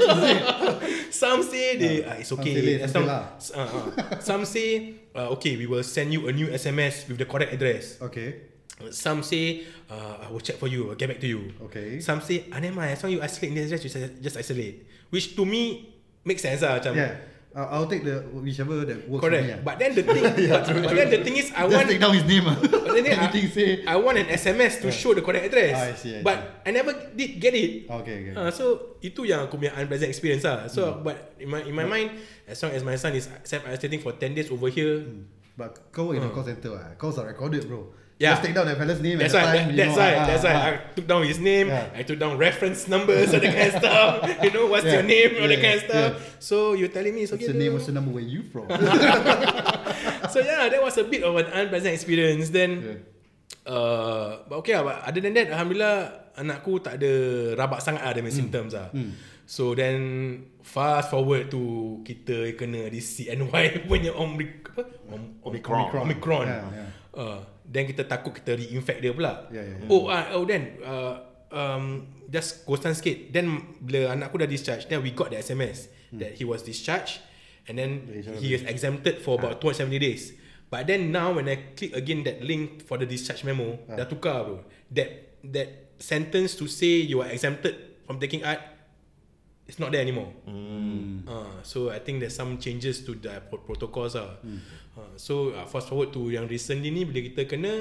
Some say they
Yeah.
ah, It's
Some
okay
say late,
Uh,
some
some,
say lah.
s- uh, uh, some say uh, Okay we will send you a new SMS With the correct address
Okay.
Some say uh, I will check for you I'll get back to you
Okay.
Some say ah, never mind, As long you isolate this address you just- Just isolate Which to me Makes sense lah macam
Yeah. I'll, I'll take the whichever that works
Correct
for me. ah.
But then the thing but, but then the thing is I
Just
want
take down his name. ah.
But then I,
Anything say.
I want an SMS to show the correct address.
Ah, I see, I see.
But I never did get it.
Okay, okay. Hmm.
Ah, so itu yang aku punya unpleasant experience lah. So but in my in my mind, as long as my son is self isolating for 10 days over here,
Hmm. But kau work in a call center ah. Calls are recorded bro.
Uh. Yeah.
Just take down that fella's name
that's
at
why
the time.
that,
you
that's
know,
why
ah,
that's why
ah,
I took down his name.
Yeah.
I took down reference numbers and that kind of stuff. You know what's
Yeah.
your name all that
Yeah,
kind of stuff.
yeah.
So you telling me it's
What's
okay.
your name?
bro.
What's your number? Where you from?
so yeah, that was a bit of an unpleasant experience. Then.
Yeah.
Uh, but okay lah but Other than that Alhamdulillah Anakku tak ada Rabak sangat lah
Hmm.
Dia punya symptoms lah So then Fast forward to Kita kena Di CNY punya Omri- apa? Om,
Omicron.
Omicron
Yeah, yeah.
Uh, Then kita takut Kita reinfect dia pula
Yeah, yeah, yeah.
Oh ah, oh then uh, um, Just ghostan sikit Then Bila anakku dah discharge Then we got the SMS That he was discharged And Hmm. then He Ah. is exempted For about 270 days But then now when I click again that link for the discharge memo, dah tukar bro. That that sentence to say you are exempted from taking art, it's not there anymore.
Hmm.
Uh, so I think there's some changes to the pro- protocols lah.
Hmm.
Uh, so uh, fast forward to yang recently ni bila kita kena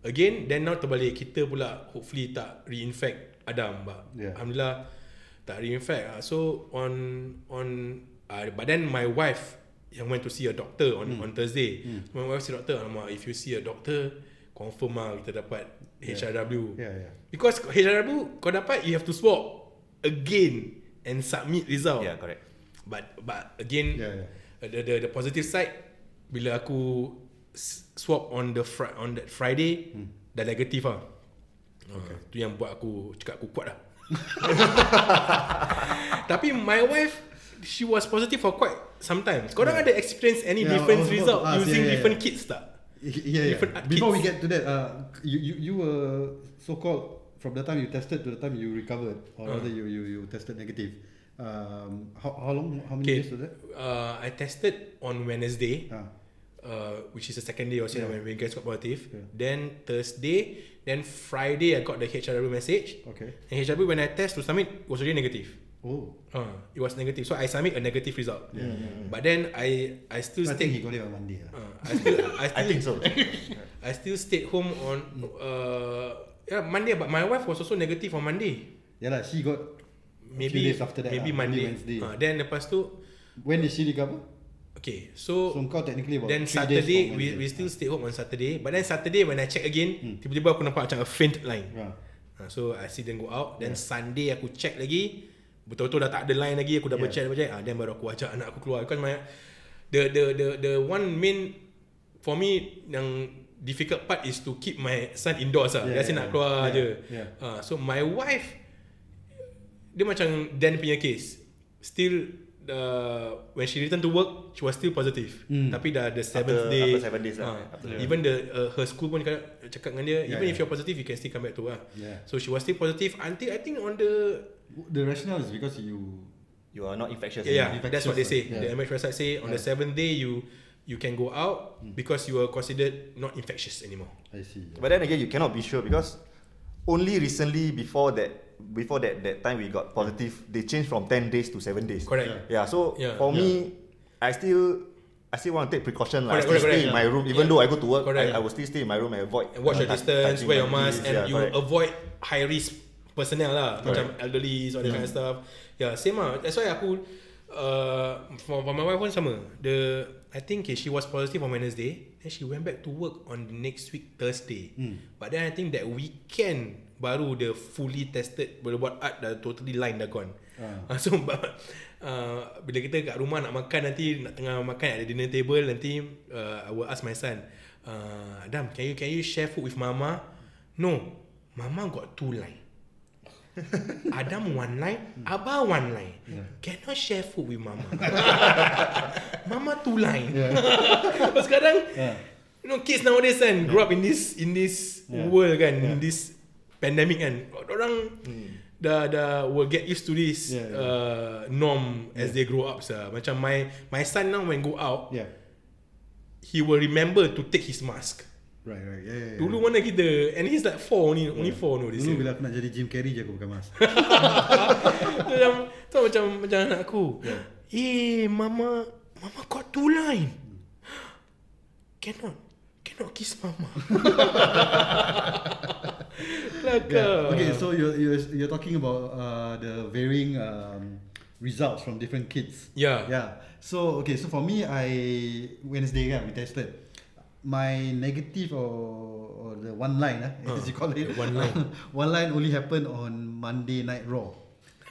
again, then now terbalik kita pula hopefully tak reinfect Adam, but
Yeah.
alhamdulillah tak reinfect. Uh, so on on uh, but then my wife yang went to see a doctor on
Hmm.
on Thursday. My wife see doctor, alamak if you see a doctor confirm lah kita dapat HRW.
Yeah, yeah.
Because HRW kau dapat you have to swap again and submit result.
Yeah, Ya, correct.
But but again
Yeah, yeah.
uh, The, the the positive side bila aku s- swap on the fri- on that Friday hmm. dah negatif ah. Okay. Uh, tu yang buat aku cakap aku kuat lah. Tapi my wife she was positive for quite some time. Kau orang ada experience any
Yeah, I was
different
about to
result
ask,
using
yeah, yeah,
different
yeah.
kits tak?
yeah, yeah.
Different art
Before we
kids.
get to that, uh, you, you you were so called from the time you tested to the time you recovered, or
Uh.
rather you you you tested negative. Um, how how long? How many
Okay.
days was that?
Uh, I tested on Wednesday.
Ah,
uh, which is the second day also yeah. when we guys got positive.
Yeah.
Then Thursday, then Friday I got the HRW message.
okay.
And HRW when I test to submit was already negative.
Oh,
Uh, it was negative. So I submit a negative result.
Yeah, yeah,
But then I I still
I think he got
stayed
it on Monday. ah.
uh, I still I
I
still
think so.
I still stayed home on uh yeah, Monday but my wife was also negative on Monday.
Yeah lah, she got
Maybe
days after that
maybe
lah,
Monday.
maybe Wednesday.
Uh, then lepas tu
when did she recover?
okay. So,
So kau technically about
Then
three days
Saturday
from
we,
Wednesday.
we still stay home on Saturday But then Saturday when I check again hmm. Tiba-tiba aku nampak macam a faint line
Ah.
ha, So I see them go out Then Sunday aku check lagi Betul-betul dah tak ada line lagi Aku
Yeah.
double check double check ha, Then baru aku ajak anak aku keluar Because my The the the the one main For me Yang difficult part is to keep my son indoors
Yeah,
lah yeah, Biasa
yeah,
yeah, nak
yeah.
keluar
Yeah,
yeah, je
yeah.
Ha, So my wife Dia macam Dan punya case Still uh, When she returned to work She was still positive
Hmm.
Tapi dah the seventh
After-
day
after seven days lah.
Ah,
After
Even the uh, Her school pun cakap, cakap dengan dia
Yeah,
Even
yeah.
if you're positive You can still come back to lah
Yeah.
So she was still positive Until I think on the
The rationale is because you
You are not infectious.
Yeah, yeah
Infectious
that's what they say
lah.
The
Yeah. Hmm.
MH website say On the seventh day You You can go out Because you are considered Not infectious anymore
I see.
But then again, you cannot be sure because only recently before that before that that time we got positive, they changed from 10 days to 7 days.
Correct
Yeah, so
Yeah.
for me, I still I still want to take precaution lah. I
Correct,
still
correct,
stay in
correct.
my room,
Yeah.
even though I go to work,
Correct.
I, I will still stay in my room and avoid.
And watch your
Uh, touch-
distance,
touching
wear your
my
mask,
keys.
and
Yeah,
you
correct.
avoid high risk personnel lah, macam elderly, all that
Mm-hmm.
kind of stuff. Yeah, same lah. That's why aku, uh, for, for my wife pun sama. The I think okay, she was positive on Wednesday, then she went back to work on the next week Thursday.
Mm.
But then I think that weekend baru the fully tested, baru buat art dah totally line dah gone.
Ah.
Uh. So but uh, bila kita kat rumah nak makan nanti nak tengah makan at the dinner table nanti uh, I will ask my son, uh, Adam, can you can you share food with mama? No. Mama got two line. Adam one line, Abah one line. Cannot share food with mama. mama two line. Lepas sekarang
Yeah.
You know kids nowadays kan Grow up in this In this
Yeah.
world kan In
Yeah. Hmm.
this pandemic kan Orang Dah dah Will get used to this
Yeah, yeah.
Uh, Norm As they grow up sah. Macam my My son now when go out
Yeah.
He will remember To take his mask
Right, right. Yeah, yeah, yeah.
Dulu mana kita And he's like four only Only four no this
Dulu
year.
bila aku nak jadi Jim Carrey je aku pakai mask.
macam tu macam macam anak aku.
Ya.
Eh mama mama got two line. Cannot. Cannot kiss mama. Kelakar.
Yeah. Ya. Okay, so you're, you're, you're talking about uh, the varying um, results from different kids.
Yeah.
Yeah. So, okay, so for me, I Wednesday, yeah, we tested. My negative or, or the one line, uh, as you call it.
the one line.
one line only happened on Monday Night Raw.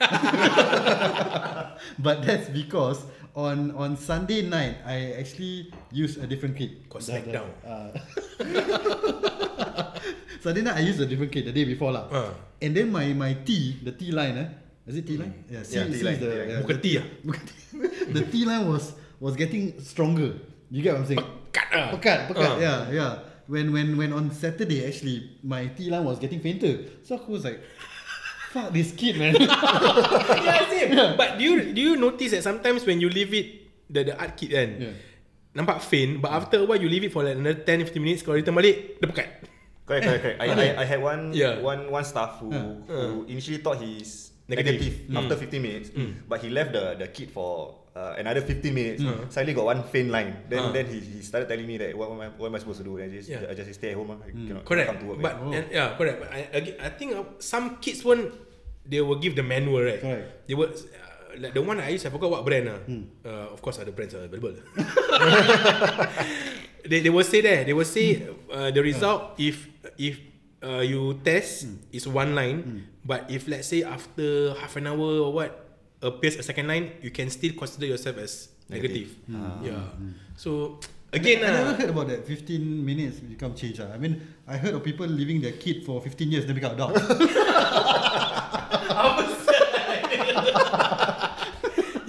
but that's because on on Sunday night, I actually used a different kid.
Got
The- the-
Smackdown.
Uh, Sunday night I used a different kid the day before lah.
Ah.
And then my my T, the T line eh. Is it T line? Yeah, C,
Yeah,
C is
T line,
the,
T
yeah,
line.
Mm. Bukan
the-
T ah.
bukan T. the T line was was getting stronger. You get what I'm saying?
Kat ah.
Pekat, pekat. ya. Yeah,
Ah.
yeah. When when when on Saturday actually my T line was getting fainter. So I was like fuck this kid man.
yeah, same.
Ya.
lah, But do you do you notice that sometimes when you leave it the the art kit kan.
Yeah.
Nampak faint but after a while you leave it for like another 10 15 minutes kalau return balik dia pekat.
Correct, correct, correct. I, I, I had one,
Yeah.
one, one staff who, who initially thought he's
Negative.
negative, Mm. after 15 minutes, but he left the, the kid for uh, another 15 minutes. Suddenly got one faint line.
Ah.
Then then he, he started telling me that what, am I, what am I supposed to do? Then I just,
Yeah.
I just stay at home. ah. I cannot
Correct.
come to work.
But
Oh.
and, yeah, correct. But I, again, I think uh, some kids won't. They will give the manual right.
Correct.
They will. Uh, like the one I used, I forgot what brand. Uh. Uh, of course, other brands are available. they, they will say there. They will say uh, the result if if uh, you test is one line, but if let's say after half an hour or what appears a second line, you can still consider yourself as negative. Yeah. So again,
I never
uh,
heard about that 15 minutes become change. ah. I mean, I heard of people leaving their kid for 15 years then become adult.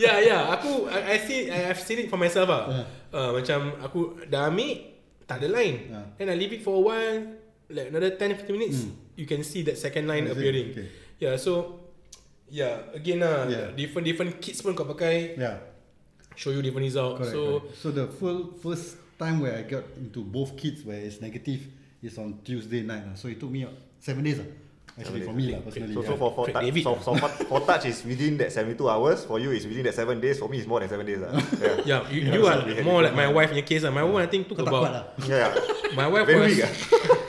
Yeah, yeah. Ya, Aku, I, I see, I, I've seen it for myself lah.
Yeah.
Yeah. Uh, macam aku dah ambil, tak ada line.
Yeah.
Yeah. Then I leave it for a while, like another 10-15 minutes, mm. you can see that second line
Is it?
appearing.
Okay.
Yeah, so, yeah, again lah,
Yeah.
yeah. different-different kids pun kau pakai,
yeah.
show you different result.
Correct.
Correct,
correct.
so,
so the full first time where I got into both kids where it's negative is on Tuesday night. lah. So it took me uh, seven days. lah. Actually
Seven
for
days,
me lah
okay.
personally.
So,
yeah.
so for, for,
Craig
touch,
David.
so, so for, for touch is within that 72 hours. For you is within that 7 days. For me is more than 7 days. ah. Yeah.
yeah, you, you are
so-
more like my wife punya case lah. My wife, I think, took
Kau tak kuat lah.
about,
yeah.
my wife
Very
was
weak ah.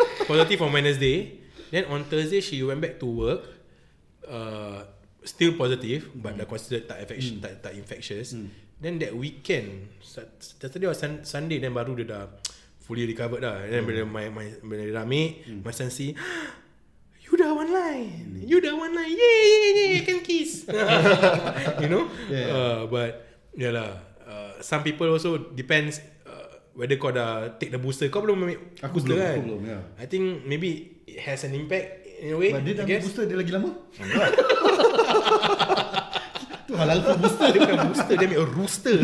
positive on Wednesday. Then on Thursday, she went back to work. Uh, still positive, but dah considered tak, infection, tak, tak infectious. Then that weekend, Sat- Saturday or Sun- Sunday, then baru dia dah fully recovered dah. Then bila my, my, bila dia dah ambil, my son see, You dah one line. You dah one line. Yay, yay, yay. I can kiss. you know?
Yeah.
Uh, but, yeah lah. Uh, some people also depends uh, whether kau dah take the booster. Kau belum ambil
Aku
booster
belum,
kan?
aku belum, ya.
I think maybe it has an impact in a way.
But dia dah
I
ambil
guess.
booster dia lagi lama? tu halal for booster.
Dia bukan booster, dia ambil a rooster.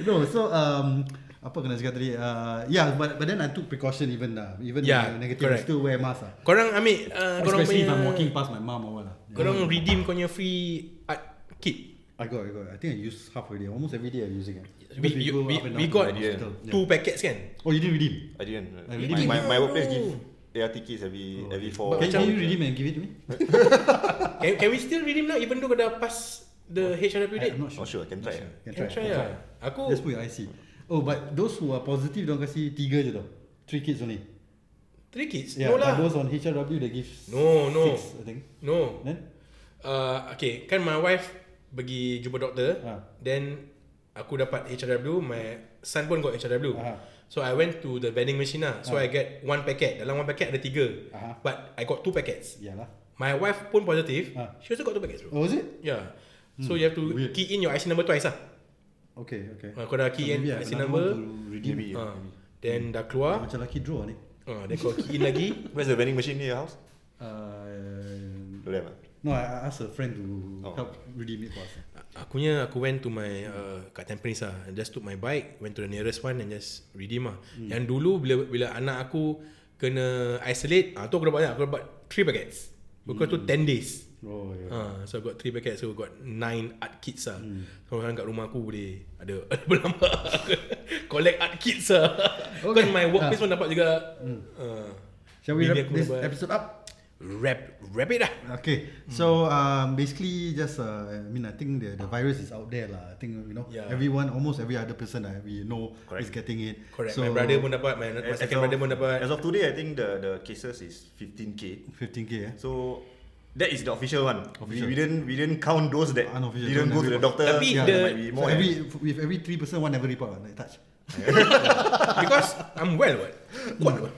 No, so um, apa kena cakap tadi? Uh, yeah, but, but then I took precaution even lah. Even
Yeah,
yeah, negative, I
correct.
still wear mask lah.
korang ambil, uh, korang
Especially
punya,
if I'm walking past my mom or what lah.
korang redeem korang punya free art kit.
I got, I got. I think I use half already. Almost every day I'm using it.
We,
Because
we,
go
we,
up and
we
down to
got
the
yeah.
hospital. Yeah.
two packets kan?
Oh, you didn't redeem?
I didn't.
I
Oh, My,
really
my,
didn't
my workplace
know.
give ART kits every every four.
Can, can
Macam-
you redeem and give it to me?
Can, can we still redeem now even though kau dah pass the HRW date?
I'm not
Oh sure, can try. ah.
Can
Can
try.
try
can
lah. Aku
Just put your IC. Oh, but those who are positive, don't kasi tiga je tau. Three kids only.
three kids.
Yeah,
no
but
lah.
those on HRW, they give
No, no.
Ya, six, I think.
No.
Then?
Uh, okay, kan my wife pergi jumpa doktor.
Ha.
Then aku dapat HRW, my son pun got HRW.
Aha. Ha.
So I went to the vending machine lah. So I get one packet. Dalam one packet ada tiga.
Aha.
But I got two packets.
Yalah.
My wife pun positive.
Ha.
She also got two packets bro.
lah. Oh, is it?
Yeah. So you have to
Weird.
key in your IC number twice lah.
Okay, okay.
Ha, kau dah key in
Maybe I-
IC
another
number.
one to redeem.
Maybe.
Ha, then dah keluar.
Macam lucky draw ni.
Ha, then kau key in lagi.
Where's the vending machine near your house?
Uh,
Don't have ah?
no, I I asked a friend to
Oh.
help redeem it for us.
Akunya aku went to my uh, kat Tampines lah and just took my bike went to the nearest one and just redeem lah. Hmm. Yang dulu bila bila anak aku kena isolate, ah tu aku dapat banyak. Aku dapat 3 packets. Because hmm. tu 10 days.
Oh, yeah.
Ah, so I got 3 packets so I got 9 art kits lah. Hmm. So sekarang kat rumah aku boleh ada ada berlama. Collect art kits lah. Okay. Kan my workplace pun dapat juga. Hmm. Uh,
Shall we
Maybe
wrap
aku
this
dapat-
episode up?
wrap wrap it lah.
Okay, so um, basically just uh, I mean I think the the virus is out there lah. I think you know
Yeah.
everyone almost every other person that we know
Correct.
is getting it.
Correct.
So
So, my brother pun dapat, my, my
As- as
second
of-
brother pun dapat.
As of today, I think the the cases is 15k.
15k. Eh?
So that is the official one.
Official.
We, we didn't we didn't count those that
Unofficial,
didn't
don't
go to the
everyone.
doctor.
Tapi
there
the-
might be
So
more.
every with every three person one never report one, like touch.
Because I'm well what Kuat what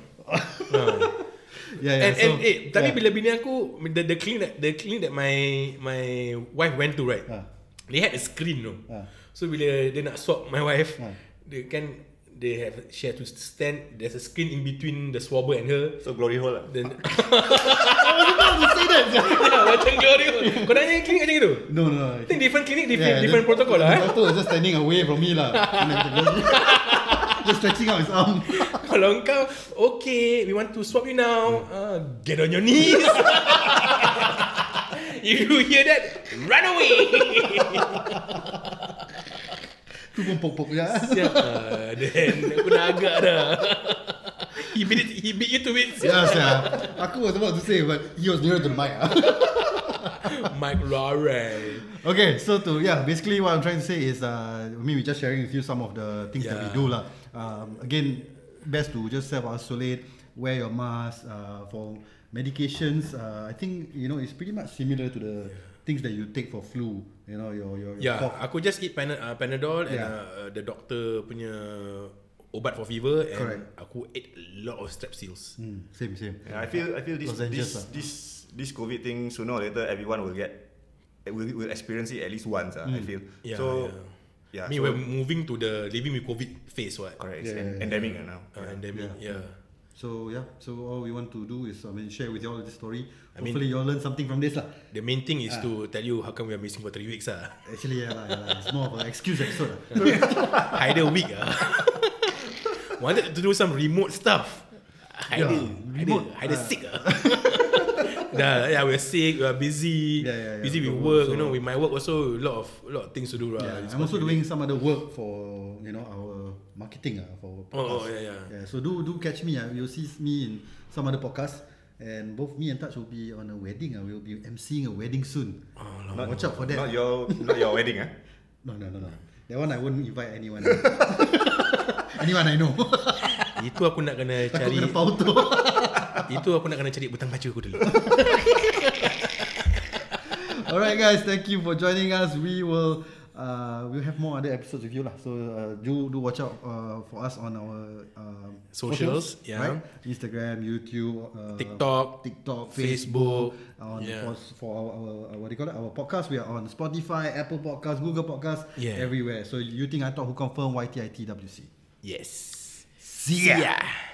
Yeah, yeah.
And,
so,
and eh, tapi
yeah.
bila bini aku the, the clinic that, the clinic that my my wife went to right.
Ah.
They had a screen no.
Ah.
So bila dia nak swab my wife,
Ah.
they can they have she had to stand there's a screen in between the swabber and her.
So glory hole lah.
Then Ah,
How to say that?
macam glory. Kau nak clinic macam gitu.
no, no. no.
I think different clinic different yeah, different
the-
protocol
the
lah. Eh.
Doctor was just standing away from me lah. And then the lady- just stretching out his arm.
Kalau kau Okay We want to swap you now uh, Get on your knees If you hear that Run away
Tu pun pok-pok je.
Siap uh, Then Aku dah agak dah He beat, it, he beat you to it yeah.
Yes, yeah. Aku was about to say, but he was nearer to the mic. ah.
Mike Lauren
Okay, so to yeah, basically what I'm trying to say is, uh, I mean, we're just sharing with you some of the things that we
Yeah.
do lah. Um, again, best to just self isolate, wear your mask. Uh, for medications, uh, I think you know it's pretty much similar to the things that you take for flu. You know your your, your
Yeah
cough.
Ya, Aku just eat pan- uh, Panadol And
Ya.
Yeah.
uh, the doctor punya Obat for fever And
Correct.
aku ate a lot of strep seals
Mm, same same.
Yeah, I feel I feel this
Lozenges
this,
lah.
this this COVID thing sooner or later everyone will get will will experience it at least once. Ah, I
Hmm.
feel.
Yeah,
so
yeah. I
yeah.
mean
Ya, so,
we're moving to the Living with COVID phase what
correct.
Yeah,
It's
yeah,
an
yeah.
endemic ah now.
uh, Endemic
Yeah.
yeah.
So yeah, so all we want to do is I mean share with y'all this story.
mean-
Hopefully you all learn something from this lah.
The main thing
Ah.
is to tell you how come we are missing for three weeks ah.
Actually yeah, lah, yeah lah. it's more of an excuse episode. lah.
Hide a week ah. Wanted to do some remote stuff. Hide,
Yeah,
remote,
remote,
hide, hide
ah.
sick ah. Dah, yeah, we're sick, we're busy,
Yeah, yeah, yeah.
busy with
So-
work. you
so-
know, with my work also, a lot of lot of things to do. ah.
Yeah, Uh,
Yeah,
I'm also doing some other work for you know our marketing uh, for
Oh,
podcast.
oh, yeah, yeah.
So do do catch me. Uh, you'll see me in some other podcast, and both me and Touch will be on a wedding. Uh, we'll be emceeing a wedding soon. Oh,
Not-
Watch out for that.
Not your not your wedding ah.
no, no, no, no. That one I won't invite anyone. anyone I know.
Itu aku nak kena
Takut
cari.
kena pauto.
itu aku nak kena cari butang baju aku dulu.
Alright guys, thank you for joining us. We will uh, we'll have more other episodes with you lah. So uh, do do watch out uh, for us on our um,
Socials, yeah.
Instagram, YouTube, uh,
TikTok,
TikTok,
Facebook,
Facebook. uh, On
yeah.
for, for our, our, our what do you call it? Our podcast. We are on Spotify, Apple Podcast, Google Podcast,
Yeah.
everywhere. So you think I thought who confirm YTITWC?
Yes.
See ya.
Yeah.